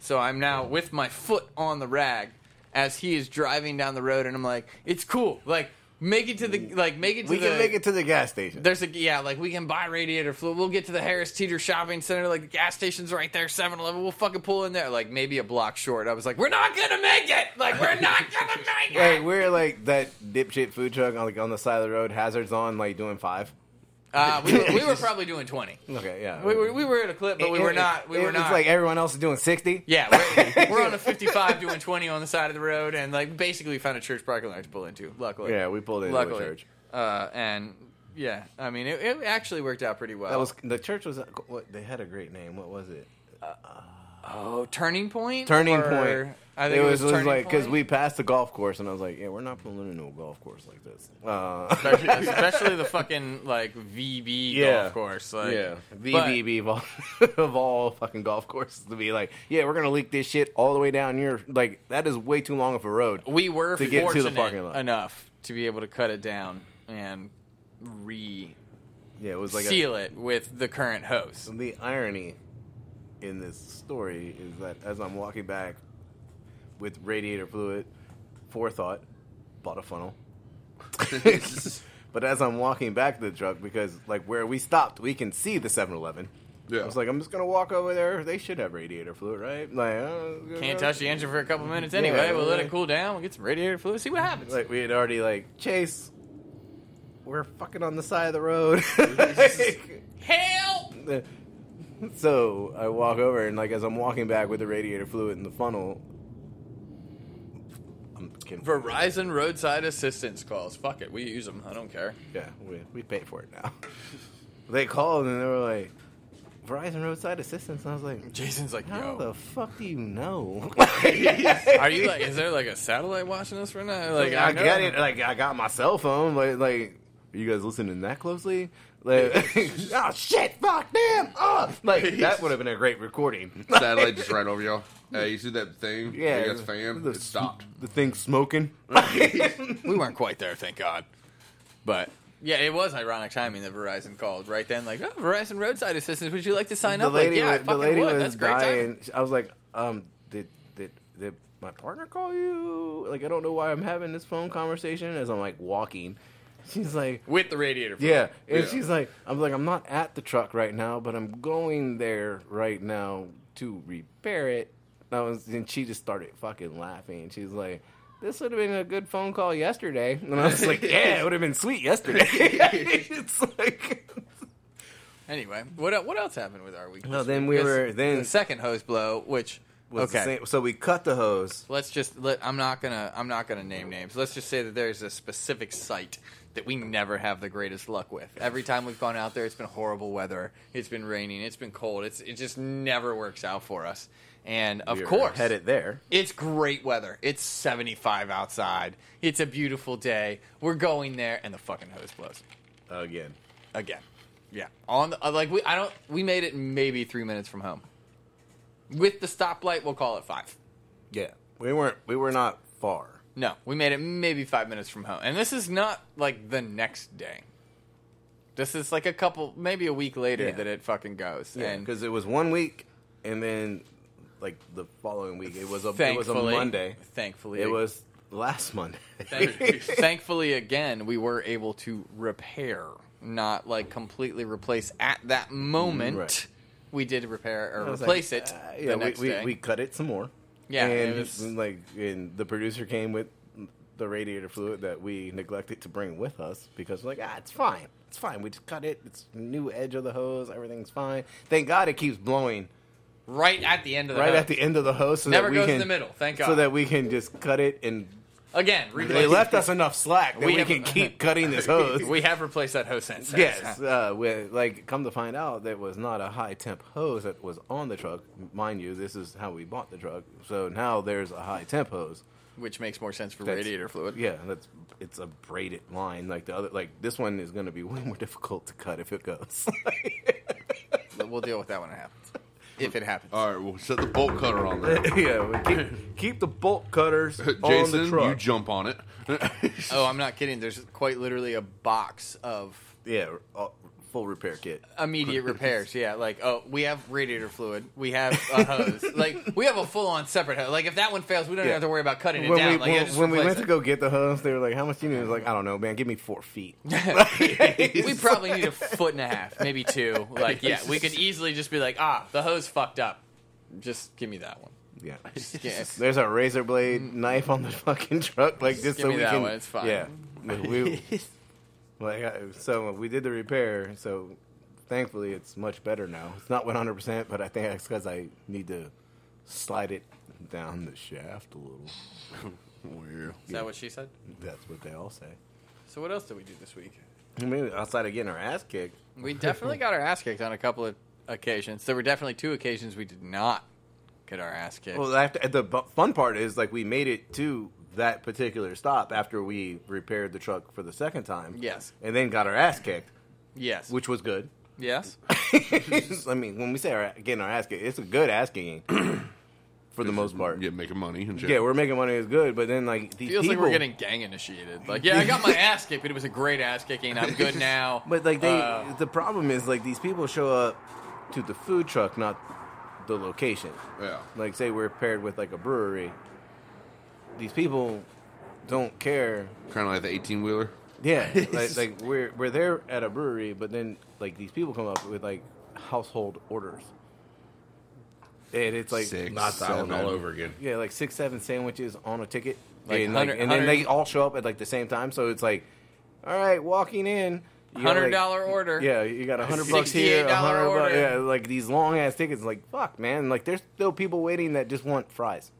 C: So I'm now with my foot on the rag as he is driving down the road and I'm like, it's cool. Like Make it to the like make it to
B: We
C: the
B: can make it to the gas station.
C: there's a yeah, like we can buy radiator fluid. We'll get to the Harris Teeter Shopping Center, like the gas station's right there, 7-Eleven. We'll fucking pull in there, like maybe a block short. I was like, we're not gonna make it. Like we're not gonna make it.
B: Like we're like that dipshit food truck on like on the side of the road, hazards on, like doing five.
C: Uh, we, were- we were probably doing twenty.
B: Okay, yeah.
C: We were, we were at a clip, but we were not. We
B: It-
C: were
B: it's
C: not.
B: like everyone else is doing sixty.
C: yeah, we're, we're on a fifty-five doing twenty on the side of the road, and like basically found a church parking lot to pull into. Luckily,
B: Yeah, we pulled into a
C: Luckily,
B: church.
C: uh, and yeah, I mean, it, it actually worked out pretty well.
B: That was the church was. What, they had a great name. What was it?
C: oh, turning point.
B: Turning
C: Or-
B: point.
C: I think it was,
B: was
C: Turning
B: like because
C: Point?
B: we passed the golf course, and I was like, yeah, we're not pulling into a golf course like this. Uh,
C: especially, especially the fucking like VB
B: Yeah.
C: golf course. Like,
B: yeah,
C: but-
B: VBB of all, of all fucking golf courses to be like, yeah, we're gonna leak this shit all the way down your like. That is way too long of a road.
C: we were
B: to get
C: fortunate
B: to the parking lot.
C: enough to be able to cut it down and re
B: Yeah, it was like a-
C: seal it with the current host.
B: the irony in this story is that as I'm walking back with radiator fluid, forethought, bought a funnel. but as I'm walking back to the truck, because like where we stopped, we can see the 7-Eleven.
D: Yeah.
B: I was like, I'm just gonna walk over there. They should have radiator fluid, right? Like, uh,
C: Can't touch the engine for a couple minutes anyway.
B: Yeah.
C: we'll let it cool down. We'll get some radiator fluid. See what happens.
B: Like we had already like Chase. We're fucking on the side of the road.
C: Help!
B: So I walk over, and like as I'm walking back with the radiator fluid in the funnel, I'm kidding.
C: Verizon roadside assistance calls. Fuck it. We use them. I don't care.
B: yeah, we we pay for it now. they called and they were like, Verizon roadside assistance. And I was like,
C: Jason's like,
B: how
C: yo,
B: the fuck do you know?
C: are you like, is there like a satellite watching us right now? Like,
B: like I
C: know-
B: got it. Like I got my cell phone. But like, are you guys listening that closely? Like, oh shit, fuck them. Oh, like that would have been a great recording.
D: Satellite just right over y'all. Hey, you see that thing?
B: Yeah,
D: You got the fan?
B: the-
D: It stopped.
B: The thing smoking.
C: we weren't quite there, thank God. But yeah, it was ironic timing that Verizon called right then, like, oh, Verizon roadside assistance. Would you like to sign
B: the
C: up?
B: lady,
C: like, yeah, I
B: was, the
C: fucking
B: lady
C: would.
B: was
C: That's great
B: dying.
C: timing.
B: I was like, um, did did did my partner call you? Like, I don't know why I'm having this phone conversation as I'm like walking. She's like,
C: With the radiator. fluid.
B: yeah, and
D: Yeah.
B: she's like, I'm like, I'm not at the truck right now, but I'm going there right now to repair it. And I was, and she just started fucking laughing. She's like. This would have been a good phone call yesterday, and I was like, "Yeah, it would have been sweet yesterday." it's like,
C: Anyway, what el- what else happened with our week?
B: No,
C: this
B: then
C: week?
B: we
C: This-
B: were- then-
C: the second hose blow, which
B: was the
C: okay.
B: same- So we cut the hose.
C: Let's just let I'm not gonna I'm not gonna name names. Let's just say that there's a specific site that we never have the greatest luck with. Every time we've gone out there, it's been horrible weather. It's been raining. It's been cold. It's it just never works out for us. And of
B: We were
C: course,
B: headed there.
C: It's great weather. It's 75 outside. It's a beautiful day. We're going there, and the fucking hose blows
B: again.
C: again. Yeah, on the, uh, like we I don't we made it maybe three minutes from home. With the stoplight, we'll call it five.
B: Yeah, we weren't. We were not far.
C: No, we made it maybe five minutes from home, and this is not like the next day. This is like a couple, maybe a week later
B: Yeah.
C: that it fucking goes. and
B: because it was one week, and then like the following week, it was a it was a
C: Thankfully-
B: Monday.
C: Thankfully,
B: It was last Monday.
C: thankfully again we were able to repair not like completely replace at that moment
B: Right.
C: we did repair or
B: I was
C: replace
B: like,
C: it
B: uh,
C: the
B: yeah, we,
C: next
B: we,
C: day
B: we cut it some more.
C: Yeah,
B: and
C: it was-
B: like and the producer came with the radiator fluid that we neglected to bring with us because we're like ah, it's fine, it's fine. We just cut it. It's new edge of the hose. Everything's fine. Thank God it keeps blowing.
C: right at the end of the
B: right
C: hose.
B: at the end of the hose. So
C: Never
B: that we
C: goes in
B: can-
C: the middle, thank
B: So
C: God.
B: that we can just cut it, and
C: again
B: they
C: replace-
B: left us enough slack that
C: We
B: we,
C: have-
B: can keep cutting this hose.
C: we have replaced that hose since
B: yes, uh, we, like come to find out, that was not a high temp hose that was on the truck. Mind you, this is how we bought the truck. So now there's a high temp hose.
C: which makes more sense for
B: That's-
C: radiator fluid
B: Yeah, that's it's a braided line like the other. Like this one is going to be way more difficult to cut if it goes.
C: But we'll deal with that when it happens if it happens
D: All right, we'll set the bolt cutter on there.
B: yeah, we keep, keep the bolt cutters on the
D: Jason,
B: truck.
D: you jump on it.
C: oh i'm not kidding there's quite literally a box of
B: yeah, uh, full repair kit.
C: immediate repairs. Yeah, like oh, we have radiator fluid, we have a hose, like we have a full on separate hose. Like if that one fails, we don't
B: Yeah.
C: have to worry about cutting it
B: When
C: down.
B: we,
C: like, yeah,
B: when,
C: just
B: when we
C: replace
B: went to
C: it.
B: go get the hose, they were like, "How much do you need?" I was like, "I don't know, man. Give me four feet."
C: we probably need a foot and a half, maybe two. Like yeah, we could easily just be like ah, the hose fucked up. Just give me that one.
B: Yeah.
C: Yeah.
B: There's a razor blade knife on the fucking truck, like just
C: Mm. give
B: so
C: me
B: we
C: that
B: can.
C: one, it's fine.
B: Yeah. Like, we, like I, so, we did the repair. So, thankfully, it's much better now. It's not 100, percent but I think that's because I need to slide it down the shaft a little.
D: Weird.
C: Is that what she said?
B: That's what they all say.
C: So what else did we do this week?
B: I mean, outside of getting our ass kicked,
C: We definitely got our ass kicked on a couple of occasions. There were definitely two occasions we did not get our ass kicked.
B: Well, after, the bu- fun part is like we made it to that particular stop after we repaired the truck for the second time.
C: Yes.
B: and then got our ass kicked,
C: yes.
B: which was good.
C: yes.
B: I mean, when we say our, getting our ass kicked, it's a good ass kicking for the most part.
D: Yeah, making money. In
B: Yeah,
D: general.
B: we're making money is good, but then like these
C: Feels
B: people,
C: like we're getting gang initiated. Like, yeah, I got my ass kicked, but it was a great ass kicking. I'm good now.
B: but like they,
C: Uh,
B: the problem is like these people show up to the food truck, not the location.
D: Yeah.
B: like say we're paired with like a brewery these people don't care
D: Kind of like the 18 wheeler.
B: yeah like, like we're we're there at a brewery but then like these people come up with like household orders and it's like
D: Six.
E: Not that one all
D: Seven.
E: over again.
B: yeah like six seven sandwiches on a ticket
C: Like
B: and, like,
C: 100
B: and then they
C: 100
B: all show up at like the same time so it's like all right walking in you got, like-
C: Hundred dollar order.
B: yeah, you got a hundred bucks here, a
C: $68
B: hundred bucks.
C: order.
B: Yeah, like these long ass tickets. Like fuck, man. Like there's still people waiting that just want fries.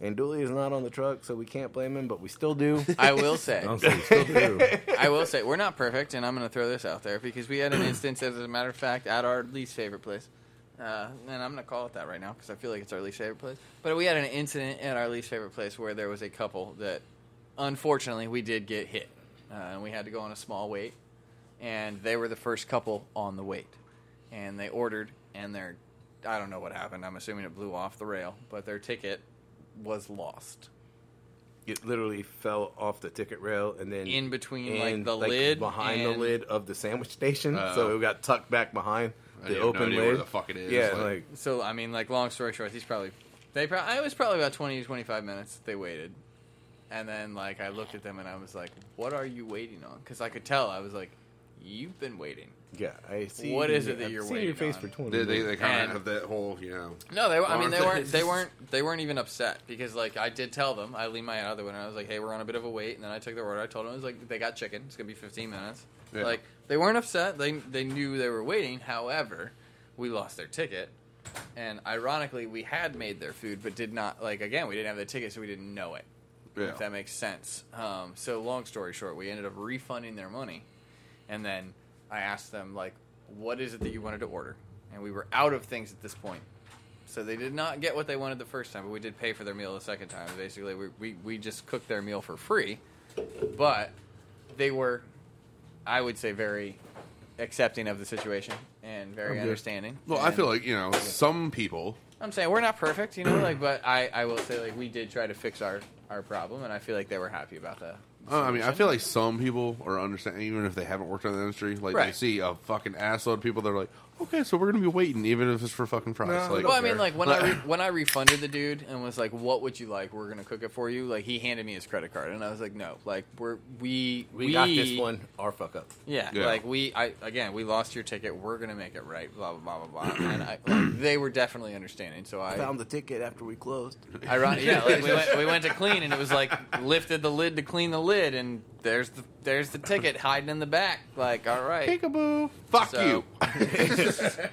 B: and Dooley is not on the truck, so we can't blame him, but we still do.
C: I will say,
E: Honestly, still do.
C: I will say, we're not perfect, and I'm going to throw this out there because we had an instance, as a matter of fact, at our least favorite place. Uh, and I'm going to call it that right now because I feel like it's our least favorite place. But we had an incident at our least favorite place where there was a couple that, unfortunately, we did get hit, uh, and we had to go on a small wait, and they were the first couple on the wait, and they ordered, and their, I don't know what happened. I'm assuming it blew off the rail, but their ticket was lost.
B: it literally fell off the ticket rail and then
C: In between, like, the lid
B: behind the
C: and-
B: lid of the sandwich station, so
D: Oh.
B: it got tucked back behind
D: I
B: the
D: have no
B: open
D: idea
B: lid.
D: where the fuck it is,
B: Yeah,
D: like-
B: like
C: So I mean, like long story short, he's probably they probably it was probably about 20 to 25 minutes that they waited. And then like I looked at them and I was like, "What are you waiting on?" Cuz I could tell I was like, "You've been waiting."
B: yeah, I see.
C: What is it that
B: I've
C: you're
B: seen
C: waiting
B: your face
C: on?
B: for twenty?
D: They, they,
B: minutes.
D: they kind
C: And-
D: of have that whole, you know.
C: No, they were, I mean they
D: Aren't
C: weren't
D: they?
C: they weren't they weren't even upset because like I did tell them. I leaned my other one and I was like, "Hey, we're on a bit of a wait." And then I took their order. I told them it was like they got chicken. It's going to be 15 minutes.
D: Yeah.
C: Like they weren't upset. They they knew they were waiting. However, we lost their ticket. And ironically, we had made their food but did not like again, we didn't have the ticket so we didn't know it.
D: Yeah.
C: If that makes sense. Um, so long story short, we ended up refunding their money. And then I asked them like, "What is it that you wanted to order?" And we were out of things at this point. So they did not get what they wanted the first time, but we did pay for their meal the second time. Basically, we, we, we just cooked their meal for free, but they were, I would say, very accepting of the situation and very understanding.
D: Well, I
C: And
D: feel like, you know, some people.
C: I'm saying we're not perfect, you know, like, but I, I will say like we did try to fix our, our problem, and I feel like they were happy about that.
D: Uh, I mean, I feel like some people are understanding, even if they haven't worked in the industry. Like, they
C: Right.
D: see a fucking assload of people that are like, okay, so we're going to be waiting, even if it's for fucking fries. like,
C: Well, I mean, like when I re- when I refunded the dude and was like, "What would you like? We're gonna cook it for you." Like he handed me his credit card, and I was like, "No, like we're we
B: we, got this one. Our fuck up.
C: Yeah,
D: Yeah.
C: like we, I again, we lost your ticket. We're gonna make it right. Blah blah blah blah blah. And I, like, they were definitely understanding. So I,
B: Found the ticket after we closed.
C: I ri- yeah, like we went, we went to clean, and it was like lifted the lid to clean the lid, and there's the there's the ticket hiding in the back. Like, all right,
D: peekaboo. Fuck
C: So-
D: you.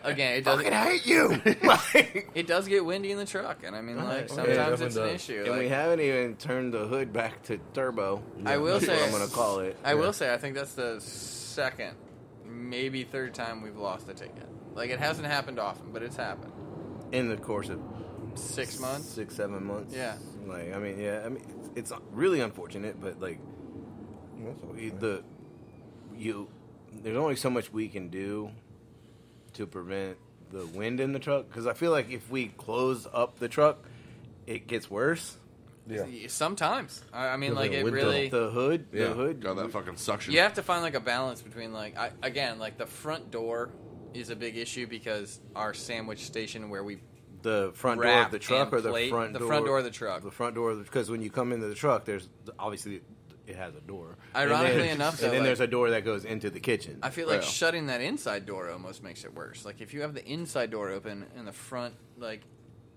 C: again, it doesn't.
B: hate you. Like-
C: It does get windy in the truck, and I mean, like
B: yeah,
C: sometimes
E: it
C: it's an
E: does.
C: issue.
B: and
C: like-
B: we haven't even turned the hood back to turbo.
C: I will
B: That's
C: say
B: what I'm gonna call it.
C: I will say I think that's the second, maybe third time we've lost a ticket. Like it hasn't happened often, but it's happened.
B: in the course of
C: Six months.
B: six, seven months.
C: Yeah.
B: Like I mean, yeah. I mean, it's, it's really unfortunate, but like we- the you, there's only so much we can do to prevent the wind in the truck because I feel like if we close up the truck, it gets worse.
E: Yeah.
C: Sometimes, I, I mean,
E: Feels like
C: like
E: a
C: it
E: window.
C: really.
B: The hood,
E: Yeah.
B: the hood.
D: Got that fucking suction.
C: You have to find like a balance between like I, again, like the front door is a big issue because our sandwich station where we
B: The front door
C: Wrap
B: of the truck,
C: and
B: or the
C: plate-
B: front
C: the
B: door,
C: front door of the truck.
B: The front door, because when you come into the truck, there's obviously it has a door. And
C: Ironically
B: then-
C: enough, though,
B: and then
C: like-
B: there's a door that goes into the kitchen.
C: I feel like
D: Yeah.
C: shutting that inside door almost makes it worse. Like if you have the inside door open and the front like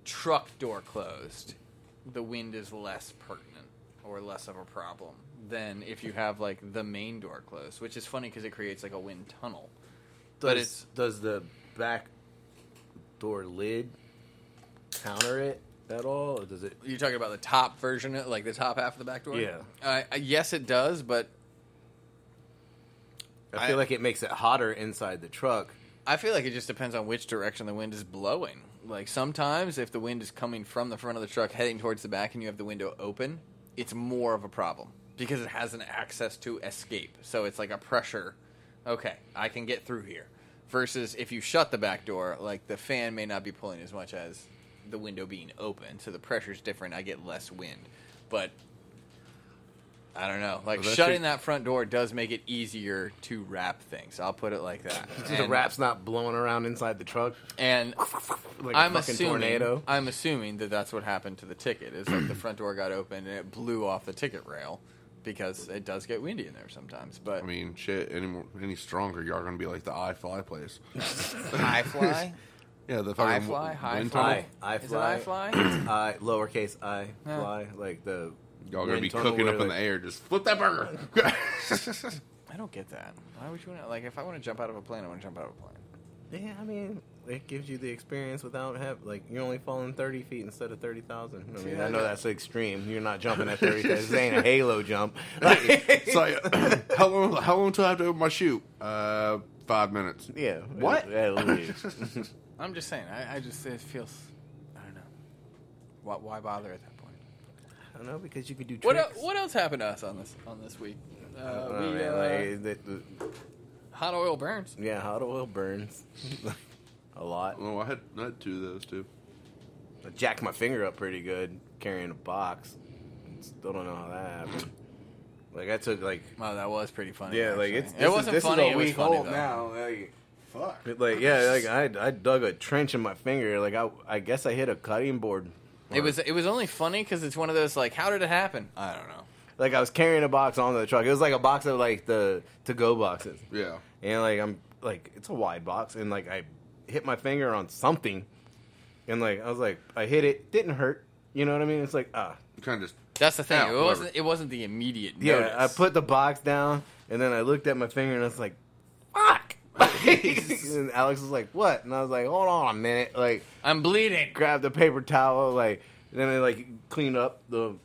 C: truck door closed, the wind is less pertinent or less of a problem than if you have like the main door closed, which is funny because it creates like a wind tunnel.
B: does,
C: but it's-
B: does the back door lid counter it at all, or does it?
C: You're talking about the top version, of- like the top half of the back door.
B: Yeah.
C: Uh, yes, it does, but
B: I feel
C: I-
B: like it makes it hotter inside the truck.
C: I feel like it just depends on which direction the wind is blowing. Like sometimes, if the wind is coming from the front of the truck heading towards the back, and you have the window open, it's more of a problem because it has an access to escape. So it's like a pressure. Okay, I can get through here. Versus if you shut the back door, like the fan may not be pulling as much as the window being open, so the pressure's different. I get less wind, but I don't know. Like
D: Well, that
C: shutting
D: shit-
C: that front door does make it easier to wrap things. I'll put it like that.
B: the
C: And-
B: wrap's not blowing around inside the truck
C: and
B: like
C: I'm
B: a fucking
C: assuming
B: tornado.
C: I'm assuming that that's what happened to the ticket. Is like the front door got open and it blew off the ticket rail because it does get windy in there sometimes. But
D: I mean, shit. Any more, any stronger, y'all gonna be like the I fly place.
C: high fly,
D: Yeah, the
C: high
D: fucking
C: fly, high
D: wind
C: fly,
D: tunnel.
B: I- I
C: Is it high
B: fly?
C: fly?
B: I lowercase i fly like the
D: Y'all gonna
B: wind
D: be
B: tunnel
D: cooking
B: where,
D: up in the
B: like-
D: air. Just flip that burger.
C: I don't get that. Why would you want to? Like, if I want to jump out of a plane, I want to jump out of a plane.
B: Yeah, I mean, it gives you the experience without have like you're only falling thirty feet instead of thirty thousand. I mean, I know that's extreme. You're not jumping at thirty. this ain't a Halo jump.
D: it's like, how long? How long till I have to open my shoe? Uh, five minutes.
B: yeah.
D: What?
B: At least.
C: I'm just saying. I, I just it feels. I don't know. Why, why bother at that point?
B: I don't know because you can do tricks.
C: What el- What else happened to us on this on this week? Uh,
B: Oh,
C: we,
B: man,
C: uh,
B: like, the, the,
C: hot oil burns.
B: yeah, hot oil burns a lot.
D: Oh, I had I had two of those too.
B: I jacked my finger up pretty good carrying a box. Still don't know how that happened. Like I took like
C: Wow, Oh, that was pretty funny.
B: yeah, like
C: actually.
B: it's this
C: it wasn't
B: is, this
C: funny.
B: Is a
C: it was
B: week
C: funny
B: old
C: though.
B: now. Like, Fuck. Like yeah, like I I dug a trench in my finger. Like I I guess I hit a cutting board.
C: It was it was only funny because it's one of those like how did it happen? I don't know.
B: Like I was carrying a box onto the truck. It was like a box of like the to go boxes.
D: Yeah.
B: And like I'm like it's a wide box and like I hit my finger on something and like I was like I hit it, didn't hurt. You know what I mean? It's like ah
D: Kind of just
C: That's the thing.
D: Yeah,
C: it
D: whatever.
C: wasn't it wasn't the immediate.
B: Yeah,
C: notice.
B: I put the box down, and then I looked at my finger, and I was like, "Fuck!" and Alex was like, "What?" And I was like, "Hold on a minute!" Like,
C: I'm bleeding.
B: grabbed a paper towel, like, and then I like cleaned up the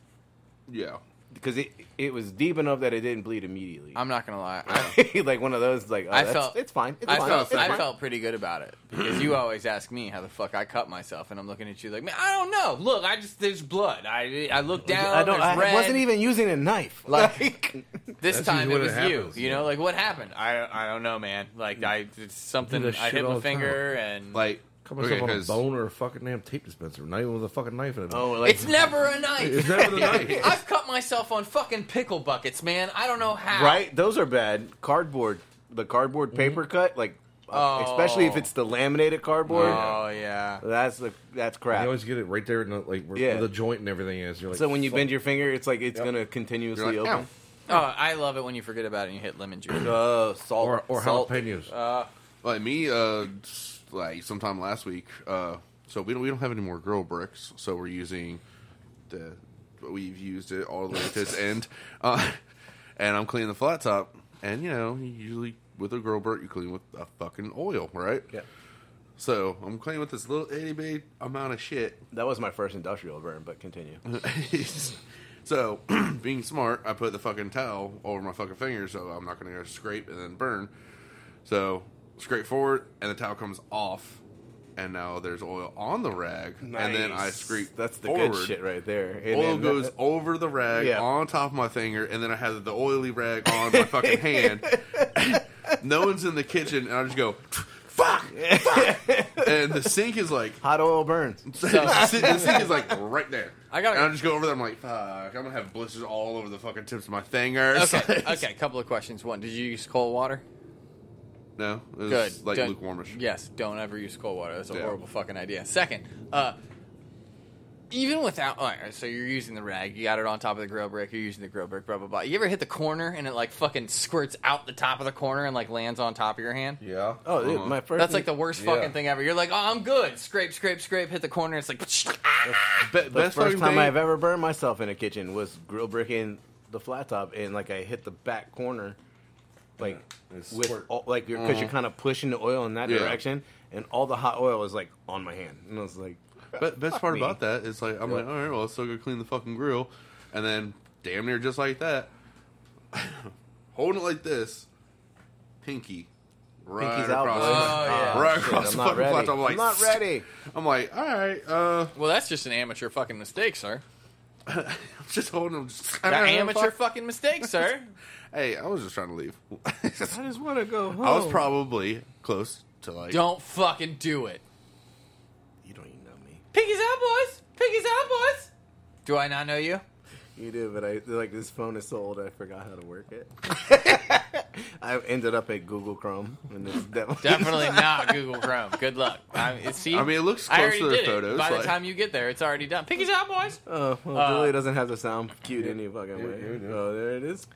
D: yeah.
B: because it it was deep enough that it didn't bleed immediately.
C: I'm not gonna lie. Uh, I,
B: like one of those, like, oh,
C: I
B: that's,
C: felt
B: it's fine. It's
C: I
B: fine.
C: felt
B: it's
C: I
B: fine.
C: felt pretty good about it because you always ask me how the fuck I cut myself, and I'm looking at you like, man, I don't know. Look, I just there's blood. I I looked down.
B: I don't.
C: There's
B: I
C: red.
B: wasn't even using a knife. Like,
C: This
E: That's
C: time
E: usually
C: it
E: when
C: was
E: it
C: you.
E: happens,
C: You know, like what happened? I I don't know, man. Like I it's something.
E: Do that
C: I
E: shit
C: hit
E: all
C: my
E: the time.
C: finger and
D: Like
E: Coming
D: okay,
E: up on a
D: 'cause-
E: bone or a fucking damn tape dispenser. Not even with a fucking knife in it.
B: oh, like
C: it's never a knife.
E: It's never the knife.
C: I've cut myself on fucking pickle buckets, man. I don't know how.
B: Right? Those are bad. Cardboard, the cardboard paper cut, like uh,
C: Oh.
B: especially if it's the laminated cardboard.
C: Oh yeah.
B: That's the that's
E: You
B: crap.
E: always get it right there, in the, like where
B: Yeah.
E: the joint and everything is. You're like,
B: so when you
E: fuck.
B: bend your finger, it's like it's
E: Yep.
B: gonna continuously
D: You're like,
B: open.
C: Oh, I love it when you forget about it and you hit lemon juice.
B: Uh, salt
E: or, or
B: salt.
E: jalapenos.
D: Like me, uh, s- like sometime last week. Uh, so we don't we don't have any more grill bricks, so we're using the we've used it all the way to this end. Uh, and I'm cleaning the flat top, and you know you usually with a grill brick you clean with a fucking oil, right?
B: Yeah.
D: So I'm cleaning with this little itty bitty amount of shit,
B: That was my first industrial burn, but continue.
D: so, being smart, I put the fucking towel over my fucking finger so I'm not going to go scrape and then burn. So, scrape forward, and the towel comes off, and now there's oil on the rag, and then I
B: Nice.
D: scrape.
B: That's the
D: forward.
B: good shit right there. And
D: Oil
B: then- uh,
D: goes over the rag
B: Yeah.
D: on top of my finger, and then I have the oily rag on my fucking hand. no one's in the kitchen, and I just go, "Fuck!" and the sink is like
B: Hot oil burns.
D: the sink the sink is like right there.
C: I gotta-
D: And I just go over there. I'm like, fuck. I'm gonna have blisters all over the fucking tips of my fingers.
C: Okay, okay. A couple of questions. One, did you use cold water?
D: no, it was
C: Good.
D: like
C: Don't-
D: lukewarmish.
C: Yes. Don't ever use cold water. That's a
D: Yeah.
C: horrible fucking idea. Second, uh, even without, all right, so you're using the rag, you got it on top of the grill brick, you're using the grill brick, blah blah blah. You ever hit the corner and it like fucking squirts out the top of the corner and like lands on top of your hand?
E: Yeah.
B: Oh, dude,
D: Uh-huh.
B: my first.
C: Uh-huh. That's like the worst
E: Yeah.
C: fucking thing ever. You're like, oh, I'm good. Scrape, scrape, scrape. Hit the corner. It's like,
D: Be-
B: The
D: best
B: first
D: fucking
B: time
D: thing-
B: I've ever burned myself in a kitchen was grill bricking the flat top, and like I hit the back corner, like
E: Yeah, it
B: with
E: squirt.
B: all, like because you're kind of pushing the oil in that
D: Mm-hmm. Yeah.
B: direction, and all the hot oil was like on my hand, and I was like,
D: But best part
B: me.
D: about that is like I'm like, all right, well, let's still go clean the fucking grill, and then damn near just like that, holding it like this, pinky, right
B: Pinky's out,
D: across,
B: boy.
C: Oh, yeah.
D: right
B: Shit,
D: across
B: I'm
D: the
B: not
D: fucking
B: ready.
D: platform. I'm like,
B: I'm not ready.
D: I'm like, all right, uh,
C: well, that's just an amateur fucking mistake, sir.
D: I'm just holding them. Just,
C: An amateur fucking mistake, sir.
D: Hey, I was just trying to leave.
B: I just want to go home.
D: I was probably close to like.
C: Don't fucking do it.
B: You don't even know me.
C: Piggies out, boys. Piggies out, boys. Do I not know you?
B: You do, but I like this phone is so old. I forgot how to work it. I ended up at Google Chrome, and it's definitely
C: Definitely not Google Chrome. Good luck. I mean, see,
D: I mean, it looks
C: I
D: close
C: already
D: to their
C: did it.
D: photos,
C: By
D: like-
C: the time you get there, it's already done. Piggies out, boys.
B: Oh, well,
C: Uh,
B: Billy doesn't have the sound cued any fucking way.
E: here it is.
B: Oh, there it is.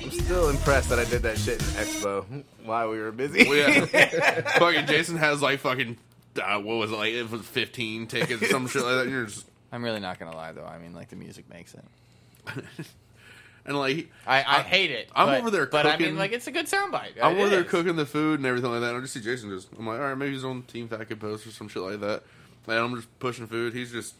B: I'm still impressed that I did that shit in Expo while we were busy.
D: Well, yeah. fucking Jason has like fucking uh, what was it like? It was 15 tickets, or some shit like that. And you're just
C: I'm really not gonna lie, though. I mean, like the music makes it.
D: and like
C: I, I hate it.
D: I'm
C: but-
D: over there
C: but I mean,
D: cooking-
C: like it's a good soundbite.
D: I'm
C: It
D: over there
C: is.
D: cooking the food and everything like that. And I just see Jason just. I'm like, all right, maybe he's on Team Thacker Post or some shit like that. And I'm just pushing food. He's just.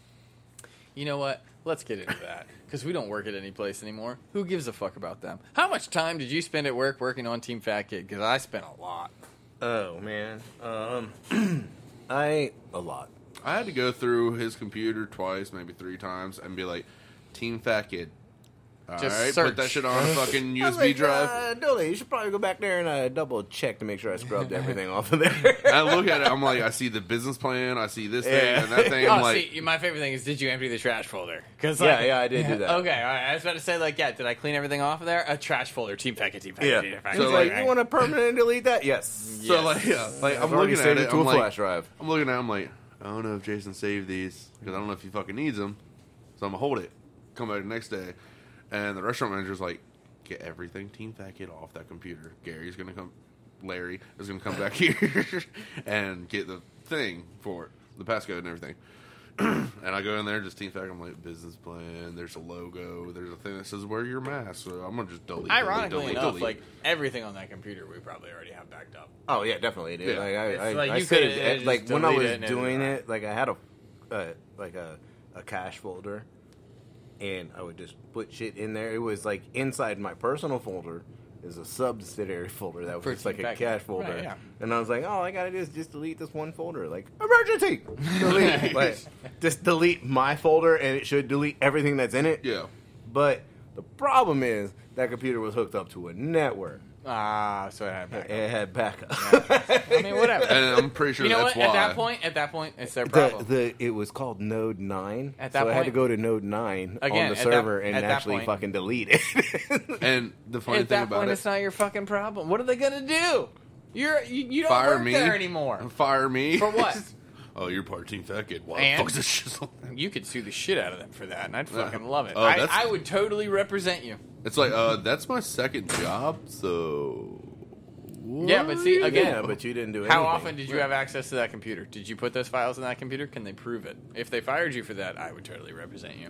C: You know what? Let's get into that because we don't work at any place anymore. Who gives a fuck about them? How much time did you spend at work working on Team Fat Kid? Because I spent a lot.
B: Oh man, um, I ate a lot.
D: I had to go through his computer twice, maybe three times, and be like, Team Fat Kid. All right,
C: Just
D: put
C: search.
D: that
C: Oh
D: shit on a fucking
B: I was
D: USB
B: like,
D: drive.
B: Uh, Billy, you should probably go back there and uh, double check to make sure I scrubbed everything off of there.
D: I look at it. I'm like, I see the business plan. I see this
B: Yeah.
D: thing and that thing. I'm
C: oh,
D: like,
C: see, my favorite thing is did you empty the trash folder? Because
B: Yeah, yeah, I did do that.
C: Okay, all right. I was about to say like, yeah, did I clean everything off of there? A trash folder, Team Fat Kid, Team Fat Kid.
B: yeah.
C: Team Fat
B: He's
C: Kid,
D: So,
C: Team
B: like,
C: Fat
B: you
C: Kid."
B: want to permanently delete that? Yes.
D: so like, yeah, like
B: I've
D: I'm
B: already
D: looking at
B: saved
D: it.
B: to
D: I'm
B: a
D: like,
B: flash drive.
D: I'm looking at. it, I'm like, I don't know if Jason saved these because I don't know if he fucking needs them. So I'm gonna hold it. Come back the next day, and the restaurant manager's like, get everything Team Fat Kid off that computer. Gary's gonna come. Larry is gonna come back here and get the thing for it, the passcode and everything. And I go in there, just team fact. I'm like, business plan. There's a logo. There's a thing that says wear your mask. So I'm gonna just delete. delete,
C: Ironically
D: delete,
C: enough,
D: delete.
C: like everything on that computer, we probably already have backed up.
B: Oh yeah, definitely, dude.
D: Yeah.
B: Like I,
C: It's
B: I,
C: like
B: I
C: you
B: saved
C: could, uh,
B: it.
C: just
B: like when I
C: delete
B: was
C: it and
B: doing
C: edit it.
B: it, like I had a, uh, like a, a cache folder, and I would just put shit in there. It was like inside my personal folder is a subsidiary folder that was
C: For
B: just like a
C: back-
B: cache folder,
C: Right, yeah.
B: and I was like, all I gotta do is just delete this one folder, like emergency, delete, like, just delete my folder, and it should delete everything that's in it.
D: yeah.
B: But the problem is that computer was hooked up to a network.
C: Ah, so I had backed
B: It had backup.
C: I mean, whatever.
D: And I'm pretty sure
C: you know
D: that's
C: what?
D: why.
C: At that point, at that point, it's their
B: the,
C: problem.
B: the it was called Node Nine.
C: At that
B: so I had to
C: point-
B: go to Node Nine
C: Again,
B: on the
C: at that-
B: server and
C: at that
B: actually
C: point-
B: fucking delete it.
D: and the funny
C: at
D: thing
C: that
D: about
C: point,
D: it,
C: it's not your fucking problem. What are they gonna do? You're you, you don't
D: fire
C: work
D: me
C: there anymore.
D: Fire me
C: For what?
D: oh, you're part of Team Fat Kid. Why
C: And-
D: the fuck is this shit? so-
C: You could sue the shit out of them for that, and I'd fucking
D: Yeah.
C: love it.
D: Oh,
C: I,
D: that's-
C: I would totally represent you.
D: It's like uh, that's my second job. So
C: Yeah, but see again,
B: yeah, but you didn't do anything.
C: how often did you have access to that computer? Did you put those files in that computer? Can they prove it? If they fired you for that, I would totally represent you.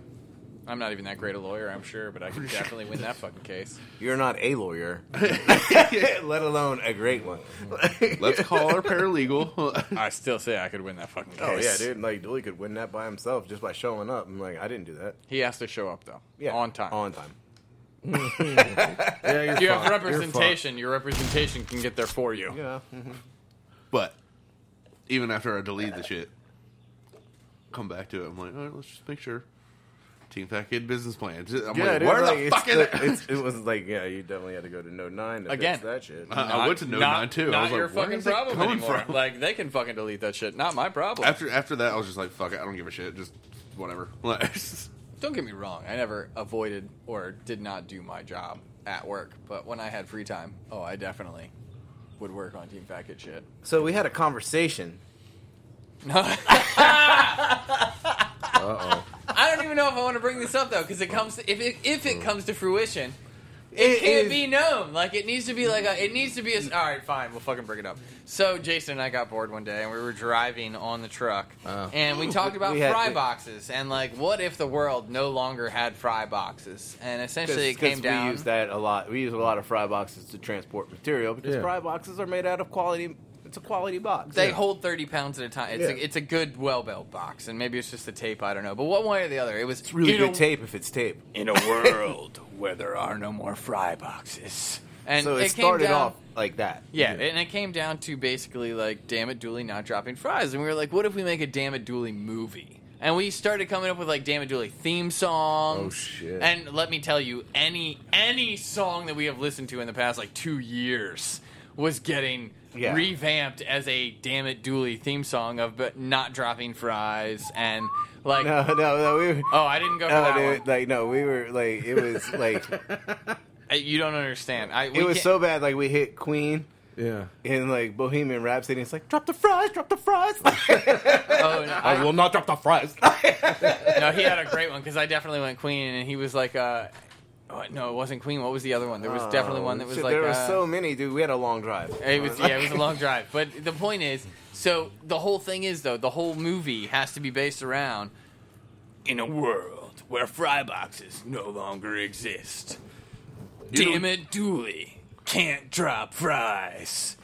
C: I'm not even that great a lawyer, I'm sure, but I could definitely win that fucking case.
B: You're not a lawyer, let alone a great one.
D: let's call our paralegal.
C: I still say I could win that fucking case.
B: oh yeah, dude. Like Dooley could win that by himself just by showing up. I'm like, I didn't do that.
C: He has to show up though.
B: Yeah,
C: on time.
B: On time.
E: Yeah, you're
C: you have
E: fucked. You're
C: representation. Your representation can get there for you.
B: Yeah.
D: but even after I delete the shit, come back to it. I'm like, all right, let's just make sure. Teen Fat Kid business plan. I'm
B: Yeah,
D: like,
B: dude,
D: where
B: like,
D: the
B: it's
D: fuck is
B: the-
D: it?
B: it's- it? was like, yeah, you definitely had to go to Node 9 to
C: Again. Uh-huh.
B: fix that shit.
D: I- I went to Node
C: not,
D: 9 too.
C: Not
D: I was like,
C: your
D: where
C: fucking
D: is it
C: problem
D: coming
C: anymore.
D: from?
C: Like they can fucking delete that shit. Not my problem.
D: after after that, I was just like, fuck it, I don't give a shit. Just whatever. Like,
C: Don't get me wrong. I never avoided or did not do my job at work, but when I had free time, oh, I definitely would work on Team Fat Kid shit.
G: So we had a conversation.
C: I don't even know if I want to bring this up though, because it comes to, if it if it comes to fruition,
G: It
C: can't
G: is-
C: be known. Like it needs to be like a, it needs to be. A, all right, fine. We'll fucking bring it up. So Jason and I got bored one day, and we were driving on the truck, and we talked about
G: We had-
C: fry
G: we-
C: boxes and like what if the world no longer had fry boxes, and essentially it came
B: we
C: down.
B: use that a lot. We use a lot of fry boxes to transport material because
E: Yeah.
B: fry boxes are made out of quality. It's a quality box.
C: They hold 30 pounds at a time. It's,
E: Yeah.
C: a, it's a good well belt box, and maybe it's just the tape. I don't know. But one way or the other, it was
B: It's really
C: in
B: good
C: a-
B: tape if it's tape.
C: In a world where there are no more fry boxes, and
B: so it,
C: came
B: started
C: down-
B: off like that.
C: Yeah, and it came down to basically like, damn it, Dooley not dropping fries, and we were like, what if we make a damn it Dooley movie? And we started coming up with like damn it Dooley theme songs.
E: Oh, shit.
C: And let me tell you, any any song that we have listened to in the past like two years was getting
B: Yeah.
C: revamped as a damn it Dooley theme song of but not dropping fries and like
B: No, no, no. We were,
C: oh I didn't go for
B: no,
C: that
B: dude,
C: one.
B: like no, we were like it was like
C: Uh, you don't understand. I we
B: it was
C: can't-
B: so bad. Like we hit Queen
E: Yeah.
B: and like Bohemian Rhapsody. It's like drop the fries, drop the fries.
C: oh, no, I-
E: will not drop the fries.
C: no, he had a great one because I definitely went Queen, and he was like, uh, oh, no, it wasn't Queen. What was the other one? There was definitely one that was
B: Shit,
C: like,
B: there were
C: uh,
B: so many, dude. We had a long drive.
C: it was yeah, it was a long drive. But the point is, so the whole thing is though, the whole movie has to be based around in a world where fry boxes no longer exist.
D: You know-
C: Damn it, Dooley can't drop fries,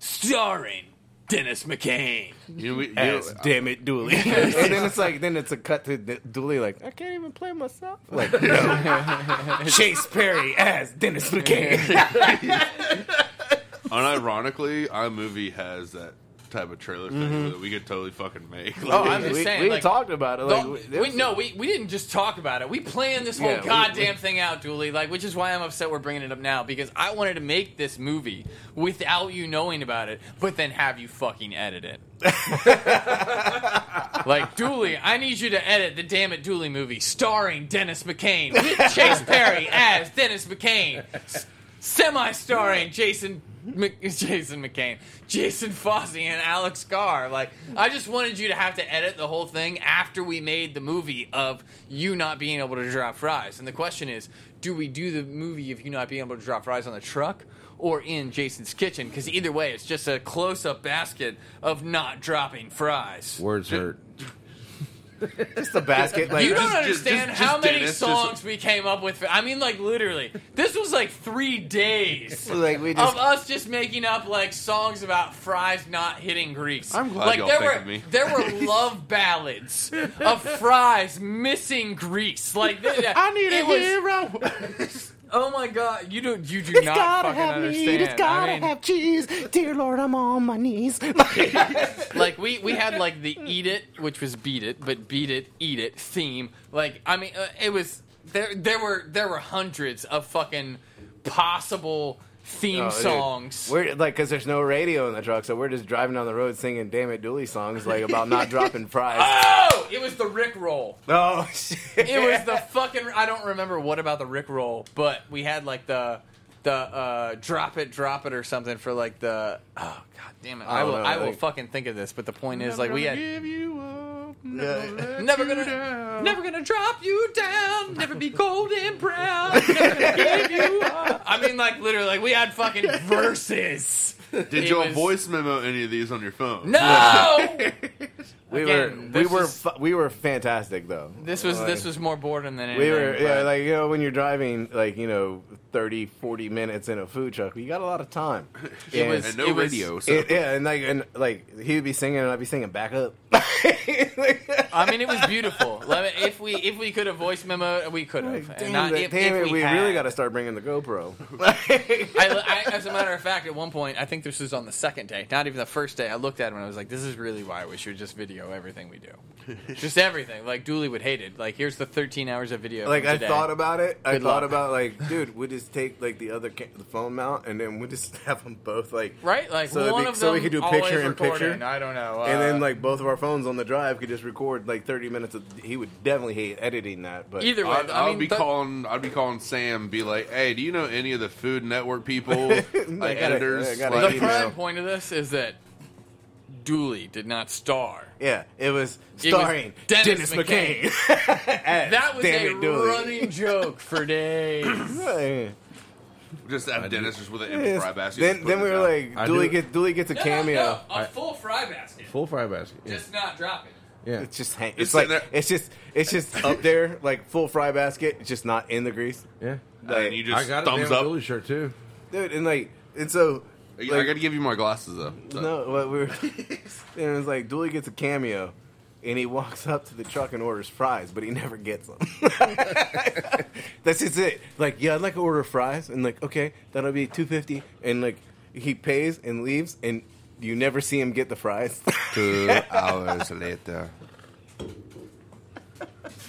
C: starring Dennis McCain.
D: you know, we, you know,
B: Yes, damn it, Dooley. and then it's like, then it's a cut to D- Dooley. Like I can't even play myself. Like no. Chase Perry as Dennis McCain.
D: unironically, iMovie has that type of trailer thing
B: Mm-hmm.
D: that we could totally fucking make. Like,
C: Oh, I'm just
B: we,
C: saying,
B: we
C: like,
B: talked about it. Like,
C: No,
B: there
C: we,
B: was-
C: no, we, we didn't just talk about it. We planned this whole
B: Yeah, we-
C: goddamn thing out, Dooley. Like, which is why I'm upset we're bringing it up now because I wanted to make this movie without you knowing about it, but then have you fucking edit it. like Dooley, I need you to edit the damn it Dooley movie starring Dennis McCain with Chase Perry as Dennis McCain, semi-starring Jason. Mc- Jason McCain, Jason Fossey, and Alex Carr. Like, I just wanted you to have to edit the whole thing after we made the movie of you not being able to drop fries. And the question is, do we do the movie of you not being able to drop fries on the truck or in Jason's kitchen? Because either way, it's just a close-up basket of not dropping fries.
E: Words hurt.
B: just a basket. Like
C: you don't
D: just- just-
C: understand
D: just-
C: how
D: just
C: many
D: Dennis, just-
C: songs we came up with. I mean, like literally, this was like three days
B: like we just
C: of us just making up like songs about fries not hitting grease.
D: I'm glad
C: like,
D: y'all
C: there
D: think
C: were
D: of me.
C: there were love ballads of fries missing grease. Like th-
B: I need
C: it
B: a
C: was-
B: hero.
C: Oh my god, you don't you do
B: It's
C: not
B: gotta
C: fucking
B: have
C: understand.
B: meat. It's gotta
C: I mean,
B: have cheese. Dear Lord, I'm on my knees.
C: like we we had like the eat it which was beat it but beat it eat it theme like i mean uh, it was there there were there were hundreds of fucking possible theme
B: Oh, dude.
C: songs
B: We're like, cause there's no radio in the truck, so we're just driving down the road singing "Damn It Dooley" songs, like about not dropping fries.
C: oh it was the rick roll
B: oh shit!
C: it was the fucking i don't remember what about the rick roll but we had like the the uh, drop it, drop it, or something for like the oh god damn it! I,
B: don't
C: will,
B: know,
C: I will
B: like-
C: fucking think of this. But the point is, like we had
D: give you up.
B: Yeah.
C: Never gonna, never gonna drop you down. Never be cold and proud. Never gonna give you up. I mean, like literally, like we had fucking verses.
D: Did
C: It
D: y'all
C: was-
D: voice memo any of these on your phone?
C: No,
B: We
C: Again,
B: were we
C: this
B: were
C: is-
B: fu- we were fantastic though.
C: this was this was more boredom than
B: We
C: anything.
B: were yeah,
C: but-
B: like you know when you're driving like you know 30, 40 minutes in a food truck, you got a lot of time.
C: It was-
D: and no
C: it was-
D: radio. So
B: It- yeah, and like and like he would be singing, and I'd be singing back up.
C: I mean, it was beautiful. Let me- if we if we could have voice memo, we could have.
B: Damn,
C: And not
B: that-
C: if,
B: damn
C: if
B: it,
C: we,
B: we
C: had.
B: really got to start bringing the GoPro.
C: I, I, as a matter of fact, at one point, I think this was on the second day, not even the first day. I looked at him and I was like, "This is really why we should just video everything we do, just everything." Like Dooley would hate it. Like, here's the 13 hours of video.
B: like
C: from
B: I
C: today.
B: thought about it. I
C: Good
B: thought
C: luck.
B: about like, dude, we just take like the other ca- the phone mount, and then we just have them both like
C: right? Like
B: so that
C: one
B: we,
C: of
B: so we
C: them
B: could do
C: always
B: picture in
C: recording.
B: picture,
C: I don't know.
B: and
C: uh,
B: then like both of our phones on the drive could just record like thirty minutes. Of, he would definitely hate editing that, but
C: either way,
D: I'd,
C: I
D: I'd
C: mean,
D: be
C: th-
D: calling. I'd be calling Sam. Be like, "Hey, do you know any of the Food Network people, like
B: gotta-
D: editors?"
B: I gotta
D: like,
C: the
B: email.
C: prime point of this is that Dooley did not star.
B: yeah, it was
C: was
B: starring
C: Dennis
B: Dennis, McCain.
C: McCain.
B: As
C: That was
B: Dammit
C: a
B: Dooley.
C: running joke for days.
B: Yeah.
D: just have Dennis just with an empty fry
B: Yes.
D: basket.
B: Then,
D: just
B: then
D: putting
B: we
D: it
B: were
D: down.
B: like,
E: I
B: Dooley
E: do-
B: gets Dooley gets a cameo.
C: a full fry basket.
E: Full fry basket. Yeah.
C: Just not dropping.
E: yeah.
B: It's just hang- it's
D: sitting
B: like
D: there.
B: it's just it's just up there like full fry basket, it's just not in the grease.
E: yeah.
B: Like,
D: and you
E: I
D: just
E: got a
D: thumbs
E: damn
D: up.
E: Billy shirt too.
B: dude, and like and so
D: I
B: like,
D: gotta give you my glasses though. So-
B: no, what we were and it was like Dooley gets a cameo, and he walks up to the truck and orders fries, but he never gets them. That's just it. Like, yeah, I'd like to order fries, and like, okay, that'll be two fifty, and like he pays and leaves, and you never see him get the fries.
D: Two hours later.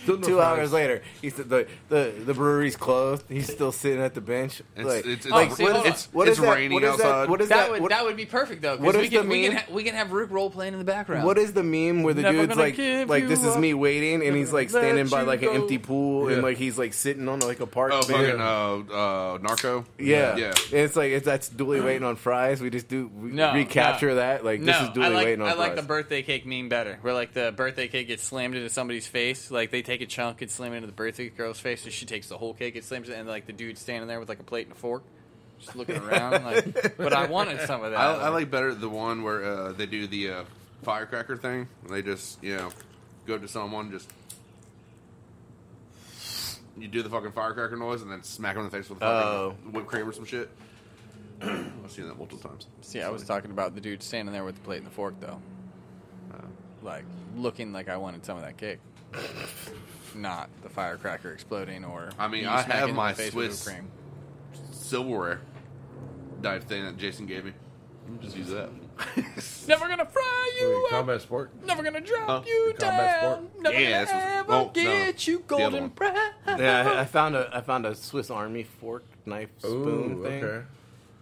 E: Still no
B: Two
E: fries.
B: hours later, he said the, the the brewery's closed. He's still sitting at the bench.
D: It's-
B: like,
D: it's-
B: like,
C: it's-
B: what is-
C: it's-
B: what is
D: it's
B: that-
D: raining
B: what is that-
D: outside.
B: what is
C: That,
B: that?
C: would
B: what-
C: that would be perfect though. 'cause
B: what
C: we
B: is the
C: can, we can
B: meme?
C: ha- we can have Rick roll playing in the background.
B: what is the meme where the
C: Never
B: dude's
C: gonna
B: like,
C: give
B: like
C: you
B: this is
C: up.
B: me waiting, and he's like
C: Never let
B: standing by
C: you
B: like an
C: go.
B: empty pool,
E: Yeah.
B: and like he's like sitting on like a park
D: Oh,
B: bench.
D: fucking uh, uh, narco.
B: Yeah.
D: yeah.
B: And it's like it's, that's Dooley waiting on fries. We just do we
C: Mm. No,
B: recapture
C: no.
B: that. Like
C: no,
B: this is Dooley
C: I like,
B: waiting on
C: I
B: fries.
C: like the birthday cake meme better. Where like the birthday cake gets slammed into somebody's face, like they take a chunk and slam it into the birthday girl's face, so she takes the whole cake and slams it, and like the dude's standing there with like a plate and a fork, just looking around. like, but I wanted some of that.
D: I, I like better the one where uh, they do the uh, firecracker thing. They just you know go to someone just. You do the fucking firecracker noise and then smack them in the face with the fucking
B: Oh.
D: whipped cream or some shit. I've seen that multiple times.
C: See, I was talking about the dude standing there with the plate and the fork, though.
B: Uh.
C: Like, looking like I wanted some of that cake. Not the firecracker exploding or.
D: I mean,
C: you
D: I have
C: smacking in
D: my
C: the face
D: Swiss-
C: With whipped cream.
D: Silverware dive thing that Jason gave me. Just use that.
C: Never gonna fry
E: Wait,
C: you up.
E: combat sport.
C: Never gonna drop
D: Huh?
C: you
E: The combat
C: down.
E: sport?
C: Never
D: Yeah,
C: gonna
D: that's
C: ever
D: what- oh, no.
C: get you
D: The other
C: golden
D: one.
C: brown.
B: yeah, I, I found a I found a Swiss Army fork, knife, spoon
E: Ooh,
B: thing.
E: okay.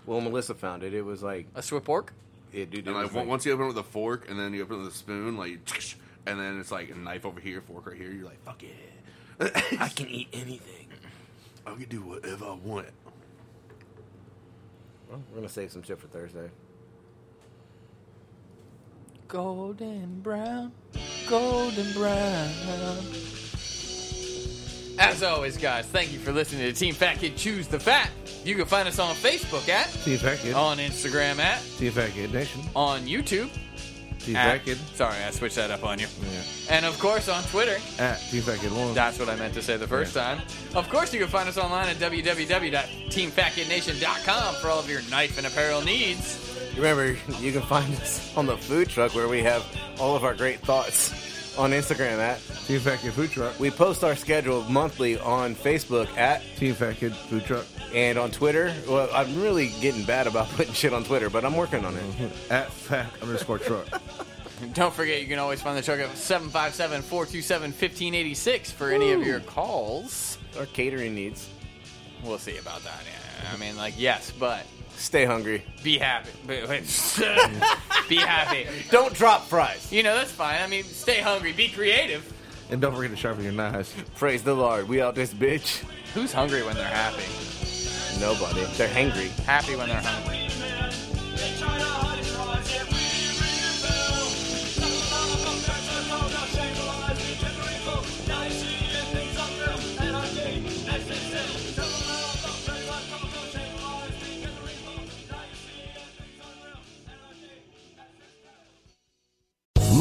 B: Well, Melissa found it. It was like
C: A Swiss pork?
B: it, dude, it
D: And like
B: was
D: on-
B: like-
D: once you open it with a fork, and then you open it with a spoon, like, and then it's like a knife over here, fork right here. You're like, fuck it,
B: I can eat anything.
D: I can do whatever I want.
B: We're gonna save some shit for Thursday.
C: Golden brown, golden brown. As always, guys, thank you for listening to Team Fat Kid Choose the Fat. You can find us on Facebook at,
E: Team Fat Kid.
C: on Instagram at,
E: Team Fat Kid Nation.
C: on YouTube.
E: Team
C: At,
E: Fat Kid.
C: sorry, I switched that up on you.
E: Yeah.
C: And of course on Twitter.
E: At Team Fat Kid One.
C: That's what I meant to say the first time. Of course, you can find us online at www.teamfatkidnation.com for all of your knife and apparel needs.
B: Remember, you can find us on the food truck where we have all of our great thoughts on Instagram at.
E: Team Fat Kid Food Truck.
B: We post our schedule monthly on Facebook at
E: Team Fat Kid Food Truck.
B: and on Twitter. Well, I'm really getting bad about putting shit on Twitter, but I'm working on it.
E: At Fat underscore Truck.
C: And don't forget, you can always find the truck at 757 427 1586 for any of your calls.
B: Our catering needs.
C: We'll see about that. Yeah, I mean, like, yes, but
B: Stay hungry.
C: be happy. Be- be happy.
B: Don't drop fries.
C: You know, that's fine. I mean, stay hungry, be creative.
E: and don't forget to sharpen your knives.
B: Praise the Lord. We out this bitch.
C: Who's hungry when they're happy?
B: Nobody. They're hangry.
C: Happy when they're hungry.